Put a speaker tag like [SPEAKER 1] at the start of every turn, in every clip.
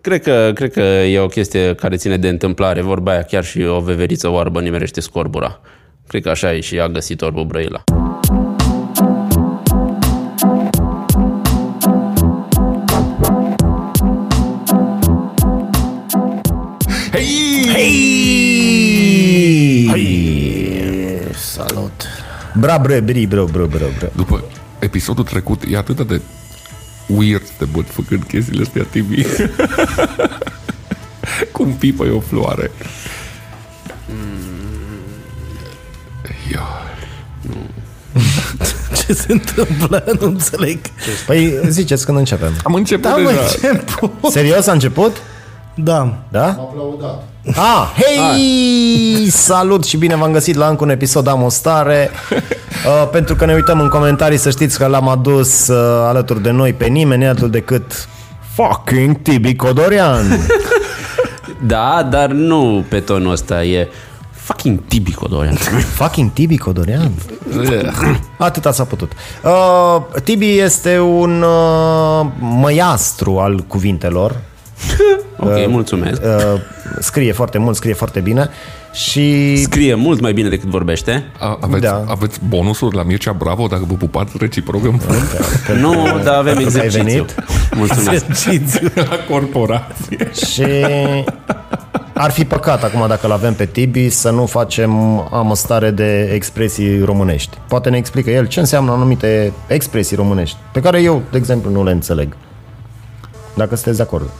[SPEAKER 1] Cred că, cred că e o chestie care ține de întâmplare. Vorba aia, chiar și o veveriță oarbă nimerește scorbura. Cred că așa e și a găsit orbul Brăila.
[SPEAKER 2] Hei!
[SPEAKER 3] Salut!
[SPEAKER 2] Bra, bre, bri, bro, bro, bro, bro.
[SPEAKER 4] După episodul trecut, e atât de weird de bun făcând chestiile astea TV. Cum pipă o floare. Mm. Ia.
[SPEAKER 3] Ce se întâmplă? Nu înțeleg.
[SPEAKER 2] Păi ziceți când începem.
[SPEAKER 4] Am început
[SPEAKER 3] Da, mă,
[SPEAKER 4] deja.
[SPEAKER 3] ce bun.
[SPEAKER 2] Serios a început?
[SPEAKER 3] Da.
[SPEAKER 2] Da? Ah, hei! Salut și bine v-am găsit la încă un episod Am o stare. Uh, pentru că ne uităm în comentarii, să știți că l-am adus uh, alături de noi pe nimeni altul decât fucking Tibi Codorian.
[SPEAKER 1] Da, dar nu pe tonul ăsta. E fucking Tibi Codorian.
[SPEAKER 2] Păi, Fucking Tibi Codorian. Atâta s-a putut. Uh, Tibi este un uh, măiastru al cuvintelor.
[SPEAKER 1] Ok, mulțumesc.
[SPEAKER 2] Uh, scrie foarte mult, scrie foarte bine și
[SPEAKER 1] Scrie mult mai bine decât vorbește.
[SPEAKER 4] A- Aveți,
[SPEAKER 2] Da.
[SPEAKER 4] aveți bonusuri la Mircea Bravo dacă vă pupați reciproc în frunte
[SPEAKER 1] Nu, dar avem
[SPEAKER 2] că ai
[SPEAKER 1] exercițiu.
[SPEAKER 2] venit.
[SPEAKER 1] Mulțumesc.
[SPEAKER 4] la corporație.
[SPEAKER 2] și ar fi păcat acum dacă l avem pe Tibi să nu facem amăstare de expresii românești. Poate ne explică el ce înseamnă anumite expresii românești, pe care eu, de exemplu, nu le înțeleg. Dacă sunteți de acord.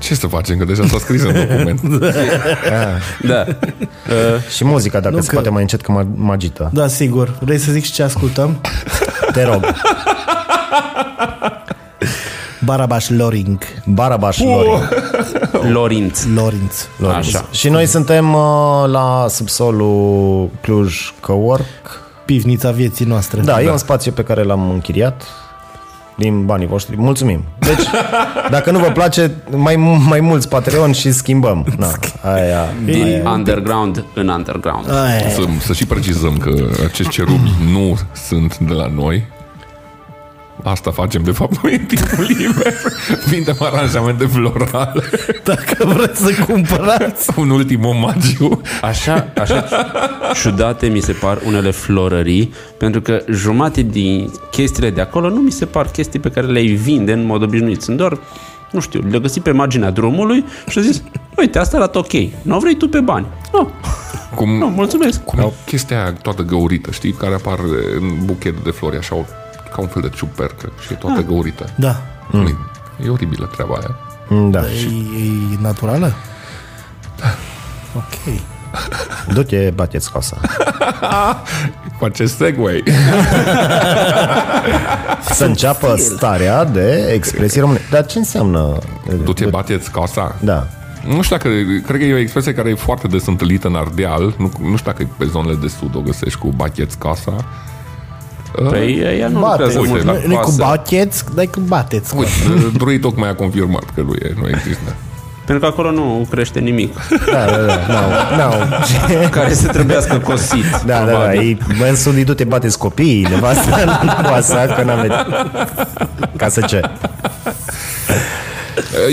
[SPEAKER 4] Ce să facem? Că deja s-a scris în document.
[SPEAKER 1] Da.
[SPEAKER 2] Și muzica, dacă se
[SPEAKER 3] că-
[SPEAKER 2] poate mai încet, că mă mă agită.
[SPEAKER 3] Da, sigur. Vrei să zic și ce ascultăm?
[SPEAKER 2] Te rog,
[SPEAKER 3] Barabaș Loring.
[SPEAKER 2] Barabaș Lorin.
[SPEAKER 1] Lorinț.
[SPEAKER 3] Lorinț.
[SPEAKER 2] Lorin.
[SPEAKER 1] Așa.
[SPEAKER 2] Și noi suntem uh, la subsolul Cluj-Căorc.
[SPEAKER 3] Pivnița vieții noastre.
[SPEAKER 2] Da, e un spațiu pe care l-am închiriat din banii voștri. Mulțumim. Deci, dacă nu vă place, mai, mai mulți Patreon și schimbăm. Na, aia.
[SPEAKER 1] Din underground în underground.
[SPEAKER 3] Ai,
[SPEAKER 4] Să, să și precizăm că acești cerubi nu sunt de la noi. Asta facem, de fapt, noi în timpul liber. Vindem aranjamente florale.
[SPEAKER 3] dacă vreți să cumpărați.
[SPEAKER 4] Un ultim omagiu.
[SPEAKER 1] Așa, așa ciudate mi se par unele florării, pentru că jumate din chestiile de acolo nu mi se par chestii pe care le-ai vinde în mod obișnuit. Sunt doar, nu știu, le-a găsit pe marginea drumului și a zis, uite, asta arată ok, nu vrei tu pe bani. Nu,
[SPEAKER 4] Cum,
[SPEAKER 1] nu, mulțumesc.
[SPEAKER 4] cum e chestia aia toată găurită, știi? Care apar în buchet de flori, așa, o- ca un fel de ciupercă și e toată găurită.
[SPEAKER 3] Da.
[SPEAKER 4] Nu-i- E oribilă treaba aia.
[SPEAKER 2] Da.
[SPEAKER 3] E, e naturală? Ok.
[SPEAKER 2] Du-te, bateți casa.
[SPEAKER 4] Cu acest segway.
[SPEAKER 2] Să înceapă starea de expresii române. Dar ce înseamnă?
[SPEAKER 4] Du-te, bateți casa.
[SPEAKER 2] Da.
[SPEAKER 4] Nu știu dacă, cred că e o expresie care e foarte des întâlnită în Ardeal, nu, nu știu dacă e pe zonele de sud o găsești cu bacheți casa.
[SPEAKER 1] Păi ea nu
[SPEAKER 2] Bate,
[SPEAKER 1] lucrează
[SPEAKER 4] uite,
[SPEAKER 1] mult.
[SPEAKER 4] da.
[SPEAKER 3] Nu- Nu-i cu
[SPEAKER 4] Pasă.
[SPEAKER 3] bacheți, dar e cu bateți.
[SPEAKER 4] Uite, Drui tocmai a confirmat că nu e, nu există.
[SPEAKER 1] Pentru că acolo nu crește nimic
[SPEAKER 2] Da, da, da. No, no.
[SPEAKER 1] care să trebuiască cosit.
[SPEAKER 2] Da, da, da.
[SPEAKER 1] probabil.
[SPEAKER 2] Ei, bă, în sud, îi du-te, bateți copiii, nevasta, nevasta, că n-aveți... Ca să ce?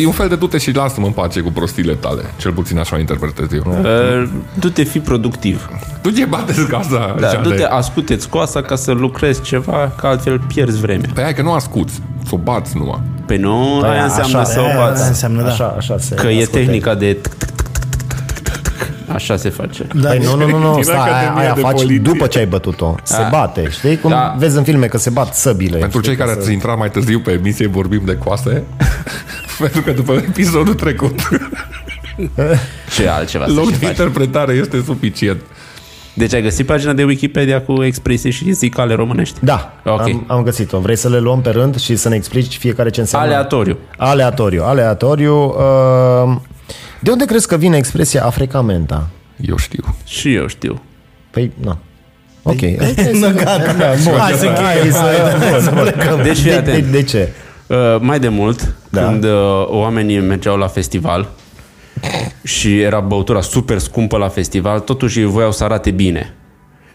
[SPEAKER 4] E un fel de dute și lasă-mă în pace cu prostiile tale, cel puțin așa o interpretez eu.
[SPEAKER 1] Uh, Du-te, fi productiv.
[SPEAKER 4] Tu ce bateți casa?
[SPEAKER 1] Da,
[SPEAKER 4] Jean
[SPEAKER 1] du-te,
[SPEAKER 4] de-
[SPEAKER 1] ascute-ți coasa ca să lucrezi ceva, că altfel pierzi vremea.
[SPEAKER 4] Pe aia Păi că nu ascuți, s-o bați numai.
[SPEAKER 1] Pe Păi nu, aia înseamnă
[SPEAKER 2] Păi, așa,
[SPEAKER 1] să o
[SPEAKER 2] aia,
[SPEAKER 3] Asta
[SPEAKER 1] bați.
[SPEAKER 3] înseamnă, da.
[SPEAKER 2] Așa, așa se
[SPEAKER 1] Că e
[SPEAKER 2] ascultă.
[SPEAKER 1] tehnica de... tic, tic, tic, tic, tic, tic, tic, tic. Așa se face.
[SPEAKER 3] Da,
[SPEAKER 2] Păi nu, nu, nu, nu,
[SPEAKER 4] Din
[SPEAKER 2] stai, aia,
[SPEAKER 4] Academia
[SPEAKER 2] aia
[SPEAKER 4] de
[SPEAKER 2] faci
[SPEAKER 4] Poliție.
[SPEAKER 2] după ce ai bătut-o. Se bate, știi? Cum
[SPEAKER 1] Ah. Da.
[SPEAKER 2] vezi în filme că se bat săbile.
[SPEAKER 4] Pentru
[SPEAKER 2] știi?
[SPEAKER 4] cei care ați intrat mai târziu pe emisie, vorbim de coase. Pentru că după episodul trecut,
[SPEAKER 1] Ce altceva să
[SPEAKER 4] loc
[SPEAKER 1] și
[SPEAKER 4] de
[SPEAKER 1] faci.
[SPEAKER 4] interpretare este suficient.
[SPEAKER 1] Deci ai găsit pagina de Wikipedia cu expresii și zicale românești?
[SPEAKER 2] Da,
[SPEAKER 1] Ok.
[SPEAKER 2] am, am găsit-o. Vrei să le luăm pe rând și să ne explici fiecare ce înseamnă?
[SPEAKER 1] Aleatoriu.
[SPEAKER 2] Aleatoriu. Aleatoriu. Uh, de unde crezi că vine expresia afrecamenta?
[SPEAKER 4] Eu știu.
[SPEAKER 1] Și eu știu.
[SPEAKER 2] Păi, nu. Ok.
[SPEAKER 3] Păi, Nu, gata.
[SPEAKER 2] Bun,
[SPEAKER 3] Hai să încheiem.
[SPEAKER 2] hai să- bun, să plecăm.
[SPEAKER 1] Deci fii
[SPEAKER 2] de, de,
[SPEAKER 1] atent.
[SPEAKER 2] de ce?
[SPEAKER 1] Uh, mai de mult,
[SPEAKER 2] Da.
[SPEAKER 1] când uh, oamenii mergeau la festival și era băutura super scumpă la festival, totuși ei voiau să arate bine.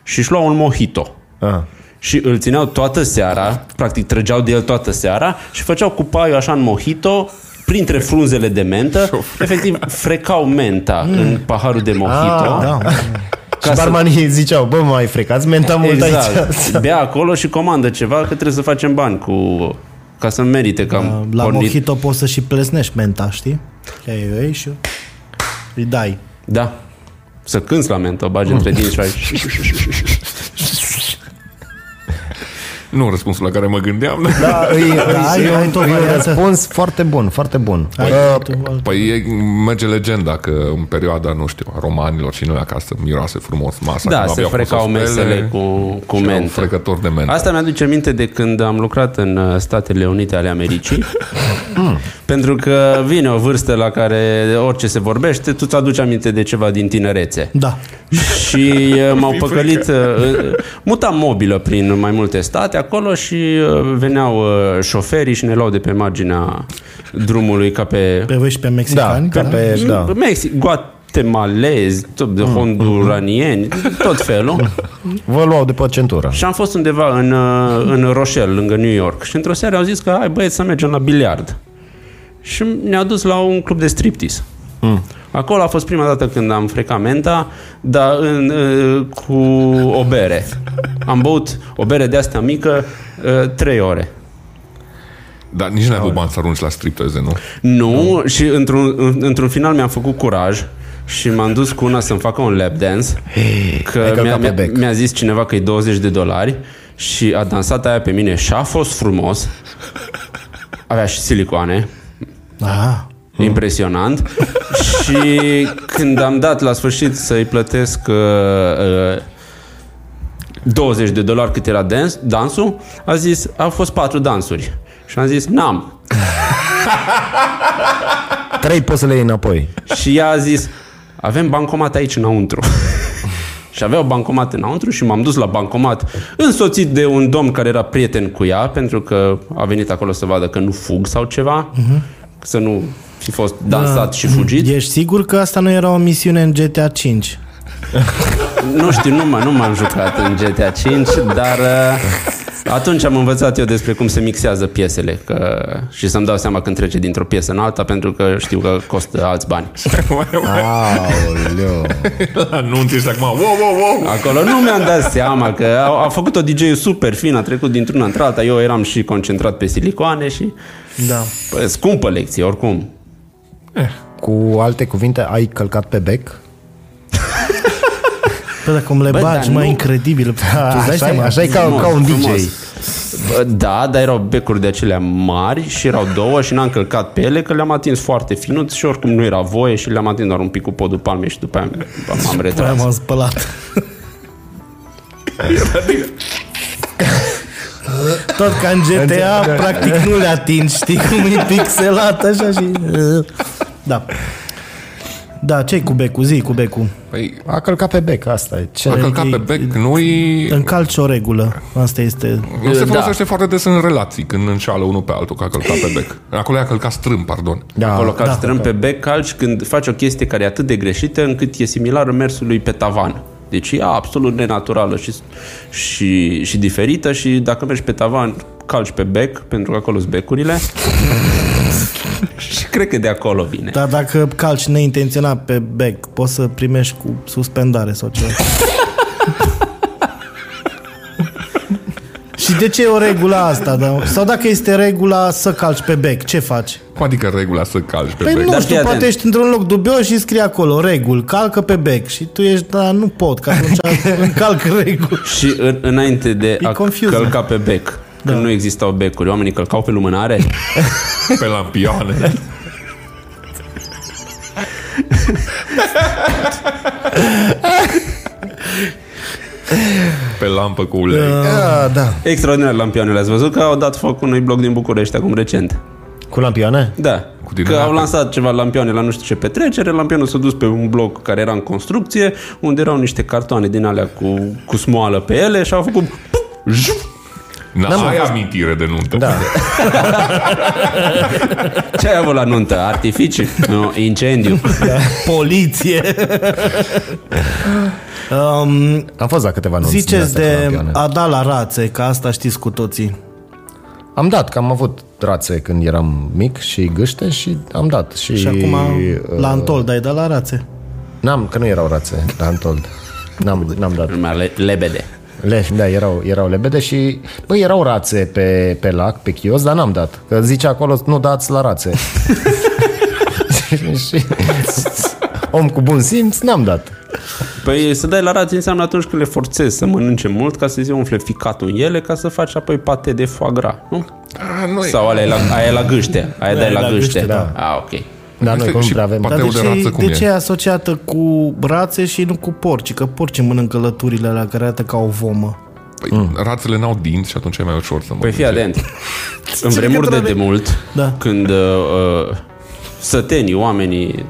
[SPEAKER 1] Și își luau un mojito.
[SPEAKER 2] Ah.
[SPEAKER 1] Și îl țineau toată seara, practic trăgeau de el toată seara și făceau cu paiul așa în mojito printre frunzele de mentă, efectiv frecau menta în paharul de mojito.
[SPEAKER 2] Ah,
[SPEAKER 3] Da.
[SPEAKER 2] Și barmanii ziceau, bă, mai frecați menta mult aici.
[SPEAKER 1] Exact. Bea acolo și comandă ceva că trebuie să facem bani cu ca să merite că am
[SPEAKER 3] La
[SPEAKER 1] pornit.
[SPEAKER 3] mojito poți să și plesnești menta, știi? Că ei, ei și îi dai.
[SPEAKER 1] Da. Să cânți la mentă, o bagi între dinți și faci...
[SPEAKER 4] Nu răspunsul la care mă gândeam.
[SPEAKER 2] Da, îi, da,
[SPEAKER 3] ai-
[SPEAKER 2] îi,
[SPEAKER 3] ai
[SPEAKER 2] îi,
[SPEAKER 3] tot
[SPEAKER 2] îi un
[SPEAKER 3] variantă.
[SPEAKER 2] răspuns foarte bun, foarte bun.
[SPEAKER 3] Ai,
[SPEAKER 2] Uh,
[SPEAKER 3] tu-
[SPEAKER 4] Păi e- merge legenda că în perioada, nu știu, a romanilor și noi acasă miroase frumos masa.
[SPEAKER 1] Da,
[SPEAKER 4] când
[SPEAKER 1] se
[SPEAKER 4] aveau
[SPEAKER 1] frecau
[SPEAKER 4] fost să spele
[SPEAKER 1] mesele cu, cu
[SPEAKER 4] și erau
[SPEAKER 1] mentă.
[SPEAKER 4] frecători de mentă.
[SPEAKER 1] Asta mi-aduce minte de când am lucrat în uh, Statele Unite ale Americii. pentru că vine o vârstă la care orice se vorbește, tu ți-aduci aminte de ceva din tinerețe.
[SPEAKER 3] Da.
[SPEAKER 1] și uh, m-au păcălit uh, uh, mutam mobilă prin mai multe state acolo și uh, veneau uh, șoferii și ne luau de pe marginea drumului ca pe
[SPEAKER 3] Pe voi și pe
[SPEAKER 2] da,
[SPEAKER 3] mexicani?
[SPEAKER 2] ca pe, da.
[SPEAKER 1] Mexic, guatemalezi, tot de honduranieni, tot felul.
[SPEAKER 2] Vă luau de pe centură.
[SPEAKER 1] Și am fost undeva în, uh, în Rochelle, lângă New York. Și într-o seară au zis că hai băieți să mergem la biliard. Și ne-au dus la un club de striptease. Mm. Acolo a fost prima dată când am frecat menta, dar în, uh, cu o bere. Am băut o bere de asta mică uh, trei ore.
[SPEAKER 4] Dar nici n-ai avut bani să arunci la stripteze, nu?
[SPEAKER 1] Nu, și într-un, în- într-un final mi-am făcut curaj și m-am dus cu una să-mi facă un lap dance.
[SPEAKER 2] ai
[SPEAKER 1] Că
[SPEAKER 2] călcat
[SPEAKER 1] mi-a,
[SPEAKER 2] pe
[SPEAKER 1] mi-a,
[SPEAKER 2] bec.
[SPEAKER 1] mi-a zis cineva că e 20 de dolari și a dansat aia pe mine și a fost frumos. Avea și silicoane,
[SPEAKER 3] Ah,
[SPEAKER 2] Mm.
[SPEAKER 1] impresionant. și când am dat la sfârșit să-i plătesc uh, uh, 20 de dolari cât era dans, dansul, a zis, au fost patru dansuri. Și am zis, n-am,
[SPEAKER 2] Trei poți să le iei înapoi.
[SPEAKER 1] Și ea a zis, avem bancomat aici înăuntru. și aveau bancomat înăuntru și m-am dus la bancomat însoțit de un domn care era prieten cu ea, pentru că a venit acolo să vadă că nu fug sau ceva, să nu fi fost dansat și fugit.
[SPEAKER 3] ești sigur că asta nu era o misiune în GTA 5?
[SPEAKER 1] Nu știu, nu, mă, nu m-am jucat în GTA 5, dar uh, atunci am învățat eu despre cum se mixează piesele că, și să-mi dau seama când trece dintr-o piesă în alta, pentru că știu că costă alți bani.
[SPEAKER 2] Aoleu.
[SPEAKER 4] la nunți ești acum, wow, wow, wow!
[SPEAKER 1] Acolo nu mi-am dat seama că a, a făcut-o DJ super fin, a trecut dintr-una într alta, eu eram și concentrat pe silicoane și
[SPEAKER 3] Da.
[SPEAKER 1] bă, scumpă lecție oricum.
[SPEAKER 2] Cu alte cuvinte, ai călcat pe bec?
[SPEAKER 3] Păi dacă cum le
[SPEAKER 1] Bă,
[SPEAKER 3] bagi,
[SPEAKER 1] dar
[SPEAKER 3] mai
[SPEAKER 1] nu-
[SPEAKER 3] incredibil. Tu îți dai
[SPEAKER 2] Așa,
[SPEAKER 3] seama?
[SPEAKER 2] așa e ca,
[SPEAKER 1] Frumos,
[SPEAKER 2] ca un DJ.
[SPEAKER 1] frumos. Bă, Da, dar erau becuri de acelea mari și erau două și n-am călcat pe ele că le-am atins foarte finuț și oricum nu era voie și le-am atins doar un pic cu podul palmei și după aia m-am
[SPEAKER 3] Păi
[SPEAKER 1] retras.
[SPEAKER 3] m-am spălat. Tot ca în GTA, practic nu le atingi, știi cum e pixelat așa și... Da. Da, ce cu becul? Zi cu becul.
[SPEAKER 4] Păi,
[SPEAKER 2] A călcat pe bec, asta e. Ce?
[SPEAKER 4] a călcat pe bec, noi...
[SPEAKER 3] Încalci o regulă. Asta este...
[SPEAKER 4] Nu se
[SPEAKER 1] Da.
[SPEAKER 4] folosește foarte des în relații, când înșală unul pe altul că a călcat pe bec. Acolo i-a călcat strâm, pardon.
[SPEAKER 2] Da,
[SPEAKER 1] Acolo calci da, strâm pe bec, calci când faci o chestie care e atât de greșită încât e similară mersului pe tavan. Deci e absolut nenaturală și, și, și diferită și dacă mergi pe tavan, calci pe bec, pentru că acolo sunt becurile. și cred că de acolo vine.
[SPEAKER 3] Dar dacă calci neintenționat pe bec, poți să primești cu suspendare sau ceva. Și de ce e o regulă asta? Da? Sau dacă este regula să calci pe bec, ce faci?
[SPEAKER 4] Cum adică regula să calci pe
[SPEAKER 3] Păi
[SPEAKER 4] bec?
[SPEAKER 3] nu
[SPEAKER 1] Dar
[SPEAKER 3] știu,
[SPEAKER 1] fii
[SPEAKER 3] poate
[SPEAKER 1] atent.
[SPEAKER 3] ești într-un loc dubios și scrie acolo reguli, calcă pe bec și tu ești, da, nu pot, că atunci încalc reguli.
[SPEAKER 1] Și în, înainte de
[SPEAKER 3] E
[SPEAKER 1] a
[SPEAKER 3] confuză.
[SPEAKER 1] călca pe bec, când nu existau becuri, oamenii călcau pe lumânare.
[SPEAKER 4] Pe lampioane. pe lampă cu ulei.
[SPEAKER 2] Da, da.
[SPEAKER 1] Extraordinar lampioanele, ați văzut că au dat foc unui bloc din București acum recent.
[SPEAKER 2] Cu lampioane?
[SPEAKER 1] Da,
[SPEAKER 4] Cu
[SPEAKER 1] că
[SPEAKER 4] dinamite.
[SPEAKER 1] au lansat ceva lampioane la nu știu ce petrecere, lampionul s-a dus pe un bloc care era în construcție, unde erau niște cartoane din alea cu, cu smoală pe ele și au făcut...
[SPEAKER 4] Na, ai amintire de nuntă.
[SPEAKER 2] Da.
[SPEAKER 1] Ce ai avut la nuntă? Artificii? Nu, incendiu.
[SPEAKER 3] Da. Poliție! um,
[SPEAKER 2] Am fost la câteva nunți. din
[SPEAKER 3] ziceți
[SPEAKER 2] astea cu
[SPEAKER 3] de
[SPEAKER 2] lampioane.
[SPEAKER 3] a da la rațe, că asta știți cu toții.
[SPEAKER 2] Am dat, că am avut rațe când eram mic și gâște și am dat. Și,
[SPEAKER 3] Și acum
[SPEAKER 2] uh,
[SPEAKER 3] la Antol dai de la rațe.
[SPEAKER 2] N-am, că nu erau rațe, dar am told. N-am, n-am dat.
[SPEAKER 1] Numai le- lebede.
[SPEAKER 2] Le, da, erau, erau lebede și, băi, erau rațe pe, pe lac, pe chios, dar n-am dat. Că zice acolo, nu dați la rațe. și, om cu bun simț, n-am dat.
[SPEAKER 1] Păi să dai la rați înseamnă atunci când le forțezi să mănânce mult ca să se umfle ficatul în ele ca să faci apoi pate de foie gras, nu?
[SPEAKER 4] Ah, nu e.
[SPEAKER 1] Sau alea e la, aia e la gâște, Păi. aia dai la gâște.
[SPEAKER 3] da.
[SPEAKER 1] A, ok.
[SPEAKER 2] Dar noi
[SPEAKER 4] Asta
[SPEAKER 2] cum
[SPEAKER 4] și
[SPEAKER 2] prea avem.
[SPEAKER 4] pat-
[SPEAKER 3] Dar de
[SPEAKER 4] Pateu de
[SPEAKER 3] ce,
[SPEAKER 4] rață cum
[SPEAKER 3] de
[SPEAKER 4] e?
[SPEAKER 3] ce e asociată cu rațe și nu cu porci? Că porcii mănâncă lăturile alea care arată ca o vomă.
[SPEAKER 4] Păi, mm. Rațele n-au dinți și atunci e mai ușor să mă
[SPEAKER 1] Păi fii atent. În
[SPEAKER 3] Ce
[SPEAKER 1] vremuri de
[SPEAKER 3] legătură are?
[SPEAKER 1] demult,
[SPEAKER 3] Da.
[SPEAKER 1] când uh, uh, sătenii, oamenii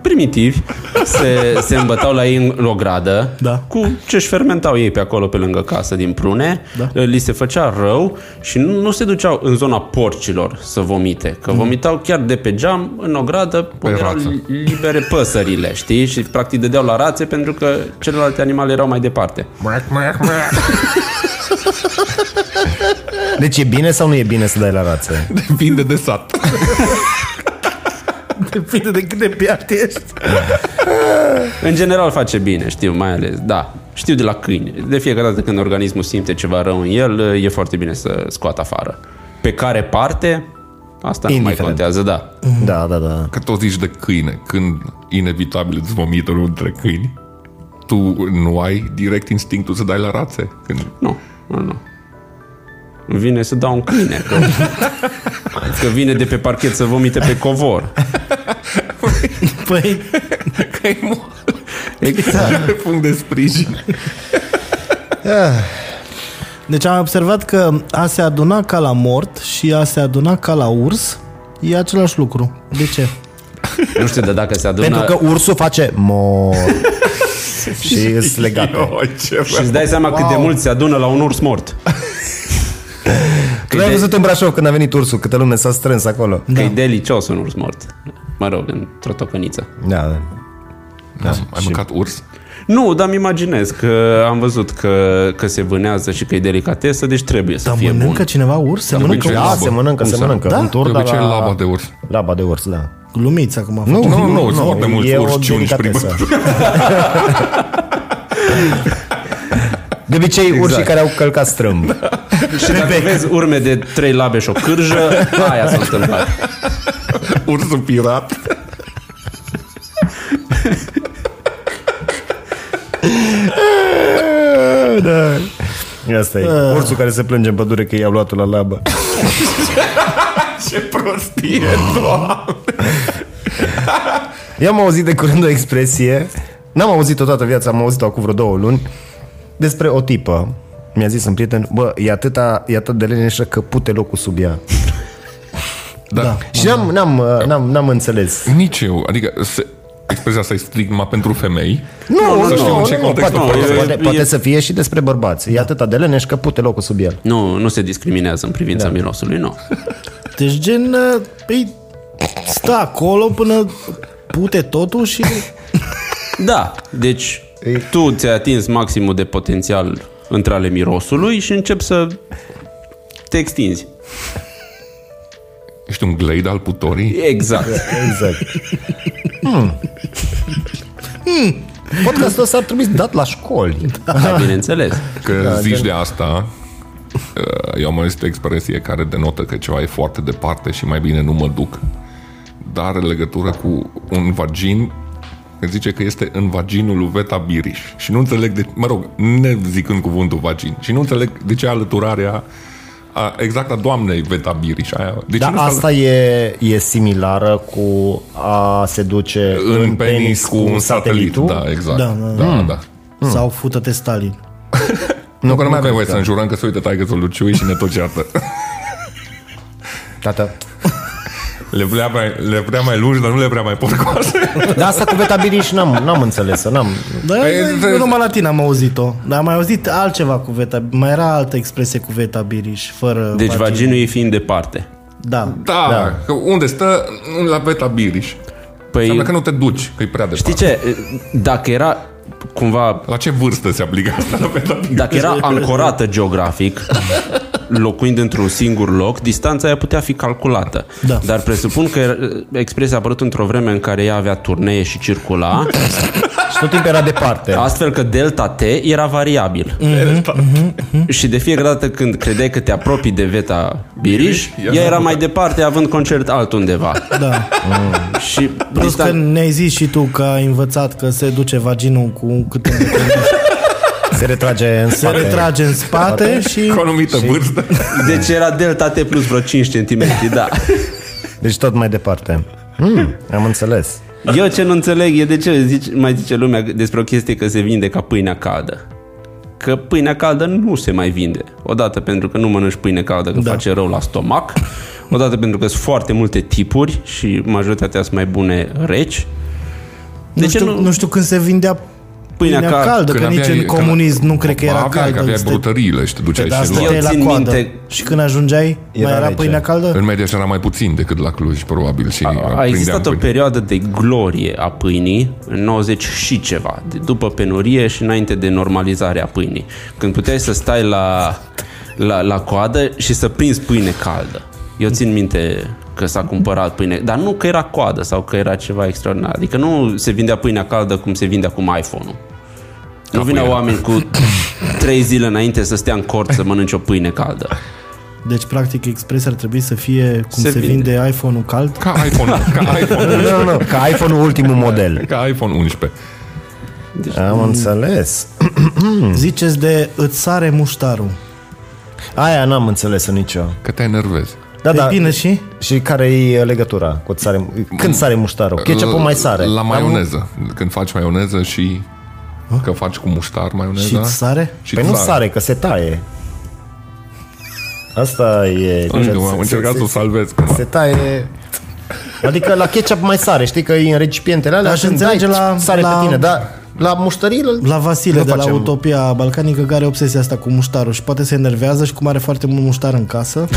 [SPEAKER 1] primitivi, se, se îmbătau la ei în ogradă
[SPEAKER 3] Da.
[SPEAKER 1] cu ce-și fermentau ei pe acolo pe lângă casă din prune, da. li se făcea rău și nu, nu se duceau în zona porcilor să vomite,
[SPEAKER 3] Mm.
[SPEAKER 1] că vomitau chiar de pe geam în ogradă, unde erau
[SPEAKER 4] rață.
[SPEAKER 1] libere păsările, știi? Și practic dădeau la rațe pentru că celelalte animale erau mai departe.
[SPEAKER 4] Mac, mac, mac.
[SPEAKER 2] Deci e bine sau nu e bine să dai la rațe?
[SPEAKER 4] Depinde de sat.
[SPEAKER 3] Depinde de cât de piart ești.
[SPEAKER 1] În general face bine, știu, mai ales, da. Știu de la câini. De fiecare dată când organismul simte ceva rău în el, e foarte bine să scoată afară. Pe care parte, asta nu mai
[SPEAKER 2] Indiferent.
[SPEAKER 1] contează, da.
[SPEAKER 2] Da, da, da.
[SPEAKER 4] Că tot zici de câine, când inevitabil îți vomită unul dintre câini, tu nu ai direct instinctul să dai la rațe. Când...
[SPEAKER 1] Nu, nu, nu. Îmi Vine să dau un câine. Că, că vine de pe parchet să vomite pe covor.
[SPEAKER 3] Păi,
[SPEAKER 4] Că e mult.
[SPEAKER 2] Da.
[SPEAKER 1] Exact.
[SPEAKER 4] Pe punct de sprijin.
[SPEAKER 3] deci am observat că a se aduna ca la mort și a se aduna ca la urs e același lucru. De ce?
[SPEAKER 1] Nu știu, dar dacă se adună...
[SPEAKER 2] Pentru că ursul face mor și îs legat.
[SPEAKER 4] Ioi, ce
[SPEAKER 1] Și îți dai seama wow. cât de mult se adună la un urs mort.
[SPEAKER 2] Tu ai văzut în Brașov când a venit ursul, câtă lume s-a strâns acolo.
[SPEAKER 1] Că e delicios un urs mort. Mă rog, într-o tocăniță.
[SPEAKER 2] Da, da.
[SPEAKER 4] Da, ai mâncat urs?
[SPEAKER 1] Nu, dar îmi imaginez că am văzut că, că se vânează și că e delicatesă, deci trebuie să
[SPEAKER 3] Dar
[SPEAKER 1] fie bun.
[SPEAKER 3] mănâncă cineva urs? Se mănâncă
[SPEAKER 4] obicei,
[SPEAKER 3] urs?
[SPEAKER 2] da
[SPEAKER 4] Păi labă.
[SPEAKER 2] se mănâncă,
[SPEAKER 4] Cum
[SPEAKER 2] se
[SPEAKER 4] să-
[SPEAKER 2] mănâncă.
[SPEAKER 3] Da?
[SPEAKER 2] Un tur,
[SPEAKER 4] De
[SPEAKER 2] dar
[SPEAKER 4] obicei
[SPEAKER 2] la...
[SPEAKER 4] laba de urs.
[SPEAKER 2] Laba de urs, da.
[SPEAKER 3] Glumiți acum.
[SPEAKER 2] Nu,
[SPEAKER 3] face.
[SPEAKER 4] nu, sunt foarte
[SPEAKER 2] e
[SPEAKER 4] mulți
[SPEAKER 2] o
[SPEAKER 4] urșciuni și
[SPEAKER 2] delicatesă.
[SPEAKER 4] primături.
[SPEAKER 2] De obicei, exact. urșii care au călcat strâmb.
[SPEAKER 1] Și dacă vezi urme de trei labe și o cârjă, aia s-a întâmplat.
[SPEAKER 4] Ursul pirat.
[SPEAKER 2] Da. Asta e. Ursul care se plânge în pădure că i-au luat la labă.
[SPEAKER 4] Ce prostie, doamne.
[SPEAKER 2] Eu am auzit de curând o expresie, n-am auzit-o toată viața, am auzit-o acum vreo două luni, despre o tipă. Mi-a zis un prieten, bă, e, atâta, e atât de leneșă că pute locul sub ea.
[SPEAKER 4] Da. da.
[SPEAKER 2] Și n-am, n-am, uh, n-am, n-am înțeles.
[SPEAKER 4] Nici eu. Adică se, expresia asta e strict numai pentru femei.
[SPEAKER 2] Nu, nu,
[SPEAKER 4] să știu
[SPEAKER 2] nu,
[SPEAKER 4] în ce
[SPEAKER 2] nu, nu,
[SPEAKER 4] context
[SPEAKER 2] poate,
[SPEAKER 4] o
[SPEAKER 2] poate,
[SPEAKER 1] folosim.
[SPEAKER 2] poate,
[SPEAKER 1] E-
[SPEAKER 2] poate
[SPEAKER 1] e-
[SPEAKER 2] să fie și despre bărbați. E atâta de leneș că pute locul sub el.
[SPEAKER 1] Nu, nu se discriminează în privința da. mirosului, nu.
[SPEAKER 3] Deci gen, uh, păi, stă acolo până pute totul și...
[SPEAKER 1] Da, deci tu ți-ai atins maximul de potențial între ale mirosului și începi să te extinzi.
[SPEAKER 4] Ești un glade al putorii?
[SPEAKER 1] Exact.
[SPEAKER 2] Exact. hmm. Podcastul ăsta ar trebui dat la școli.
[SPEAKER 1] Da, bineînțeles.
[SPEAKER 4] Că da, zici de asta, uh, eu am auzit o expresie care denotă că ceva e foarte departe și mai bine nu mă duc. Dar are legătură cu un vagin că zice că este în vaginul lui Veta Biriș. Și nu înțeleg, de, mă rog, ne zicând cuvântul vagin, și nu înțeleg de ce alăturarea a, exact a doamnei Veta Biriș. Aia. De ce
[SPEAKER 2] Dar
[SPEAKER 4] nu s-a-
[SPEAKER 2] Da, asta e, e similară cu a se duce
[SPEAKER 4] în, penis, cu un satelit. Da, exact.
[SPEAKER 3] Da,
[SPEAKER 4] Da,
[SPEAKER 3] da,
[SPEAKER 4] da, da. da.
[SPEAKER 3] Sau fută-te Stalin.
[SPEAKER 4] Nu, că nu mai avem voie să înjurăm că se uită taigățul lui Ciui și ne tot ceartă.
[SPEAKER 2] Tată.
[SPEAKER 4] Le vrea mai, le vrea mai lungi, dar nu le vrea mai porcoase.
[SPEAKER 2] Dar asta cu vetabiriș n-am, n-am înțeles n-am.
[SPEAKER 3] Da,
[SPEAKER 4] Păi,
[SPEAKER 3] păi,
[SPEAKER 4] vezi-
[SPEAKER 3] eu numai la tine am auzit-o. Dar am mai auzit altceva cu veta... Mai era altă expresie cu veta biriș, fără
[SPEAKER 1] Deci
[SPEAKER 3] vagin.
[SPEAKER 1] vaginul ei fiind departe.
[SPEAKER 3] Da.
[SPEAKER 4] Da, da. Că unde stă? La Beta Biriș. Înseamnă
[SPEAKER 1] Păi,
[SPEAKER 4] că nu te duci, că e prea departe.
[SPEAKER 1] știi ce? Dacă era cumva
[SPEAKER 4] La ce vârstă se aplică asta la Beta Biriș?
[SPEAKER 1] Dacă era ancorată geografic, locuind într-un singur loc, distanța aia putea fi calculată.
[SPEAKER 3] Da.
[SPEAKER 1] Dar presupun că er- expresia a apărut într-o vreme în care ea avea turnee și circula,
[SPEAKER 2] Și tot timpul era departe.
[SPEAKER 1] astfel că delta T era variabil.
[SPEAKER 3] Mhm.
[SPEAKER 1] Și de fiecare dată când credeai că te apropii de Veta Biriș,
[SPEAKER 4] Biriș,
[SPEAKER 1] ea era mai departe având concert altundeva.
[SPEAKER 3] Da.
[SPEAKER 1] Și
[SPEAKER 3] Plus că
[SPEAKER 1] distan-
[SPEAKER 3] ne-ai zis și tu că ai învățat că se duce vaginul cu cât un decoletaj.
[SPEAKER 2] Se retrage în
[SPEAKER 3] Se
[SPEAKER 2] spate.
[SPEAKER 3] retrage în spate și...
[SPEAKER 4] Cu o anumită vârstă.
[SPEAKER 1] Deci era delta T plus vreo 5 cm, da.
[SPEAKER 2] Deci tot mai departe. Mm, am înțeles.
[SPEAKER 1] Eu ce nu înțeleg e de ce zici, mai zice lumea despre o chestie că se vinde ca pâinea caldă. Că pâinea caldă nu se mai vinde. Odată pentru că nu mănânci pâine caldă, că da. face rău la stomac. Odată pentru că sunt foarte multe tipuri și majoritatea sunt mai bune reci.
[SPEAKER 3] Nu știu, nu? nu știu când se vindea pâinea,
[SPEAKER 1] Pâinea caldă.
[SPEAKER 3] caldă, că nici în comunism nu cred că era
[SPEAKER 4] avea,
[SPEAKER 3] caldă.
[SPEAKER 4] Că avea
[SPEAKER 3] Este-
[SPEAKER 4] brutăriile și te duceai
[SPEAKER 3] Da,
[SPEAKER 4] și
[SPEAKER 3] asta
[SPEAKER 1] Eu
[SPEAKER 4] lua.
[SPEAKER 3] te la
[SPEAKER 1] țin
[SPEAKER 3] coadă.
[SPEAKER 1] minte-
[SPEAKER 3] Și când ajungeai,
[SPEAKER 2] Era
[SPEAKER 3] mai era
[SPEAKER 2] rece.
[SPEAKER 3] pâinea caldă?
[SPEAKER 4] În media așa era mai puțin decât la Cluj, probabil. Și
[SPEAKER 1] A existat o
[SPEAKER 4] prindeam
[SPEAKER 1] perioadă de glorie a pâinii în 90 și ceva, de după penurie și înainte de normalizarea pâinii, când puteai să stai la, la, la coadă și să prinzi pâine caldă. Eu țin minte că s-a cumpărat pâine, dar nu că era coadă sau că era ceva extraordinar. Adică nu se vindea pâinea caldă cum se vinde acum iPhone-ul. Nu vineau oameni cu trei zile înainte să stea în cort să mănânce o pâine caldă.
[SPEAKER 3] Deci, practic, Express ar trebui să fie cum se,
[SPEAKER 1] Se
[SPEAKER 3] se
[SPEAKER 1] vinde.
[SPEAKER 3] vinde iPhone-ul cald.
[SPEAKER 4] Ca iPhone, ca iPhone,
[SPEAKER 2] Nu, nu, nu, ca iPhone-ul ultimul model.
[SPEAKER 4] ca iPhone 11.
[SPEAKER 2] Am
[SPEAKER 3] Mm.
[SPEAKER 2] înțeles.
[SPEAKER 3] Ziceți de îți sare muștarul.
[SPEAKER 2] Aia n-am înțeles nicio.
[SPEAKER 4] Că te enervezi.
[SPEAKER 2] Da,
[SPEAKER 3] Da,
[SPEAKER 2] da.
[SPEAKER 3] da. bine Mm. și?
[SPEAKER 2] Și care e legătura cu sare? Când sare muștarul? Ketchup mai sare. păi
[SPEAKER 4] La maioneză. Când faci maioneză și... Că faci cu muștar
[SPEAKER 2] Da,
[SPEAKER 4] maioneza.
[SPEAKER 3] Și îți sare?
[SPEAKER 4] Și
[SPEAKER 2] păi
[SPEAKER 4] îți
[SPEAKER 2] nu sare, că se taie. Asta e...
[SPEAKER 4] Încă am încercat să o salvez cumva.
[SPEAKER 2] Se taie... Adică la ketchup mai sare, știi că e în recipientele alea
[SPEAKER 3] Aș
[SPEAKER 2] când
[SPEAKER 3] înțelege
[SPEAKER 2] dai,
[SPEAKER 3] la-
[SPEAKER 2] sare
[SPEAKER 3] la-
[SPEAKER 2] pe tine, dar la muștării
[SPEAKER 3] La Vasile
[SPEAKER 2] Nu
[SPEAKER 3] de la
[SPEAKER 2] facem-
[SPEAKER 3] Utopia Balcanică care are obsesia asta cu muștarul și poate se enervează și cum are foarte mult muștar în casă.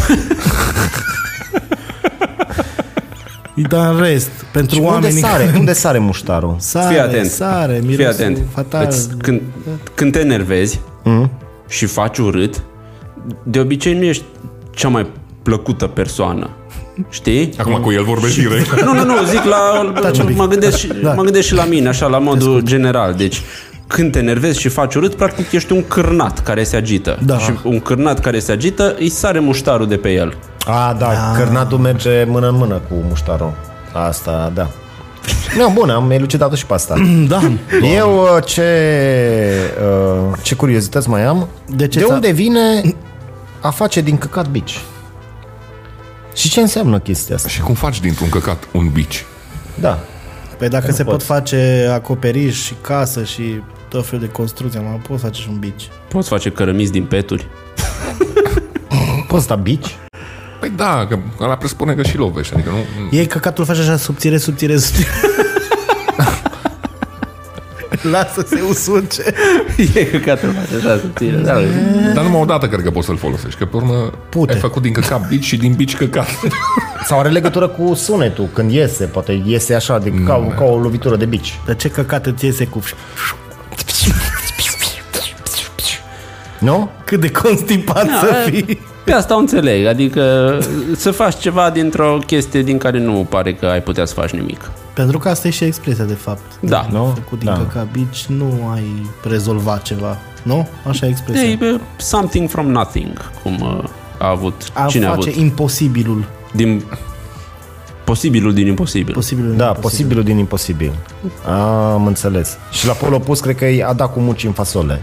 [SPEAKER 3] Dar în rest, pentru
[SPEAKER 2] Și unde
[SPEAKER 3] oamenii...
[SPEAKER 2] sare? Unde sare muștarul?
[SPEAKER 3] Sare,
[SPEAKER 1] Fii atent.
[SPEAKER 3] sare,
[SPEAKER 1] Fii
[SPEAKER 3] mirosul
[SPEAKER 1] atent.
[SPEAKER 3] fatal.
[SPEAKER 1] Îți- când, când te enervezi și faci urât, de obicei nu ești cea mai plăcută persoană. Știi?
[SPEAKER 4] Acum cu el vorbești direct.
[SPEAKER 1] Nu, nu, nu, zic la... Mă gândesc, și, mă gândesc și la mine, așa, la modul general. Deci, când te enervezi și faci urât, practic ești un cârnat care se agită.
[SPEAKER 3] Da.
[SPEAKER 1] Și un cârnat care se agită, îi sare muștarul de pe el.
[SPEAKER 2] A, da, cărnatul merge mână în mână cu muștarul. Asta, da. Nu, bun, am elucidat și pe asta.
[SPEAKER 3] Da.
[SPEAKER 2] Eu uh, ce, uh, ce curiozități mai am?
[SPEAKER 3] De ce
[SPEAKER 2] de
[SPEAKER 3] ți-a-
[SPEAKER 2] unde vine a face din căcat bici? Și ce înseamnă chestia asta?
[SPEAKER 4] și cum faci dintr-un căcat un bici?
[SPEAKER 2] Da.
[SPEAKER 3] Păi dacă se pot face acoperiș și casă și tot felul de construcții, mă, poți face și un bici.
[SPEAKER 1] Poți face cărămizi din peturi.
[SPEAKER 2] Poți sta bici?
[SPEAKER 4] Păi da, că ăla presupune că și lovești. Adică nu...
[SPEAKER 3] Ei căcatul face așa subțire, subțire, subțire. Lasă să se usuce.
[SPEAKER 1] e căcatul așa subțire. Da,
[SPEAKER 2] Mm.
[SPEAKER 4] Dar numai o dată cred că poți să-l folosești. Că pe urmă
[SPEAKER 3] Pute.
[SPEAKER 4] ai făcut din căcat bici și din bici căcat.
[SPEAKER 2] Sau are legătură cu sunetul când iese, poate iese așa, de, ca, ca o lovitură de bici.
[SPEAKER 3] Dar ce căcat îți iese cu...
[SPEAKER 2] Nu?
[SPEAKER 3] Cât de constipat să fii.
[SPEAKER 1] Pe asta o înțeleg, adică să faci ceva dintr-o chestie din care nu pare că ai putea să faci nimic.
[SPEAKER 3] Pentru că asta e și expresia, de fapt.
[SPEAKER 1] Da.
[SPEAKER 3] Dacă
[SPEAKER 2] Nu?
[SPEAKER 3] ai Făcut din
[SPEAKER 2] Da.
[SPEAKER 3] da. căcat bici, nu ai rezolvat ceva. Nu? Așa e expresia.
[SPEAKER 1] E bă, something from nothing, cum uh, a avut,
[SPEAKER 3] a
[SPEAKER 1] cine a
[SPEAKER 3] face
[SPEAKER 1] avut?
[SPEAKER 3] imposibilul.
[SPEAKER 1] Din posibilul din imposibil.
[SPEAKER 3] Posibilul
[SPEAKER 2] Da,
[SPEAKER 3] imposibil.
[SPEAKER 2] posibilul din imposibil. Am înțeles. Și la polo pus, cred că i-a dat cu muci în fasole.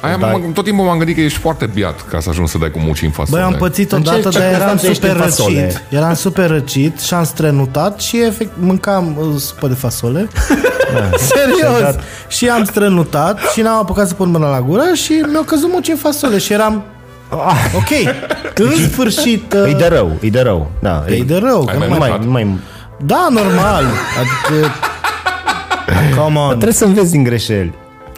[SPEAKER 4] Aia
[SPEAKER 2] Dai.
[SPEAKER 4] m-am- tot timpul m-am gândit că ești foarte biat ca să ajungi să dai cu muci în față.
[SPEAKER 3] Băi, am pățit
[SPEAKER 2] În ce
[SPEAKER 3] odată, dar eram
[SPEAKER 2] circunstanțe ești
[SPEAKER 3] super
[SPEAKER 2] în fasole?
[SPEAKER 3] răcit. Eram super răcit și am strenutat și efect, mâncam uh, supă de fasole.
[SPEAKER 2] Și-a
[SPEAKER 3] Serios!
[SPEAKER 2] Da. dat.
[SPEAKER 3] și am strenutat și n-am apucat să pun mâna la gură și mi-au căzut muci în fasole și eram... Ok, în sfârșit...
[SPEAKER 2] Ah. Îi
[SPEAKER 3] Uh,
[SPEAKER 2] de rău, îi de rău. Da,
[SPEAKER 3] e de rău. că
[SPEAKER 4] Ai mai
[SPEAKER 2] Nu
[SPEAKER 3] nu
[SPEAKER 2] mai,
[SPEAKER 4] mâncat?
[SPEAKER 2] nu mai,
[SPEAKER 3] Da, normal. Adică... Come on.
[SPEAKER 2] trebuie să înveți din greșeli.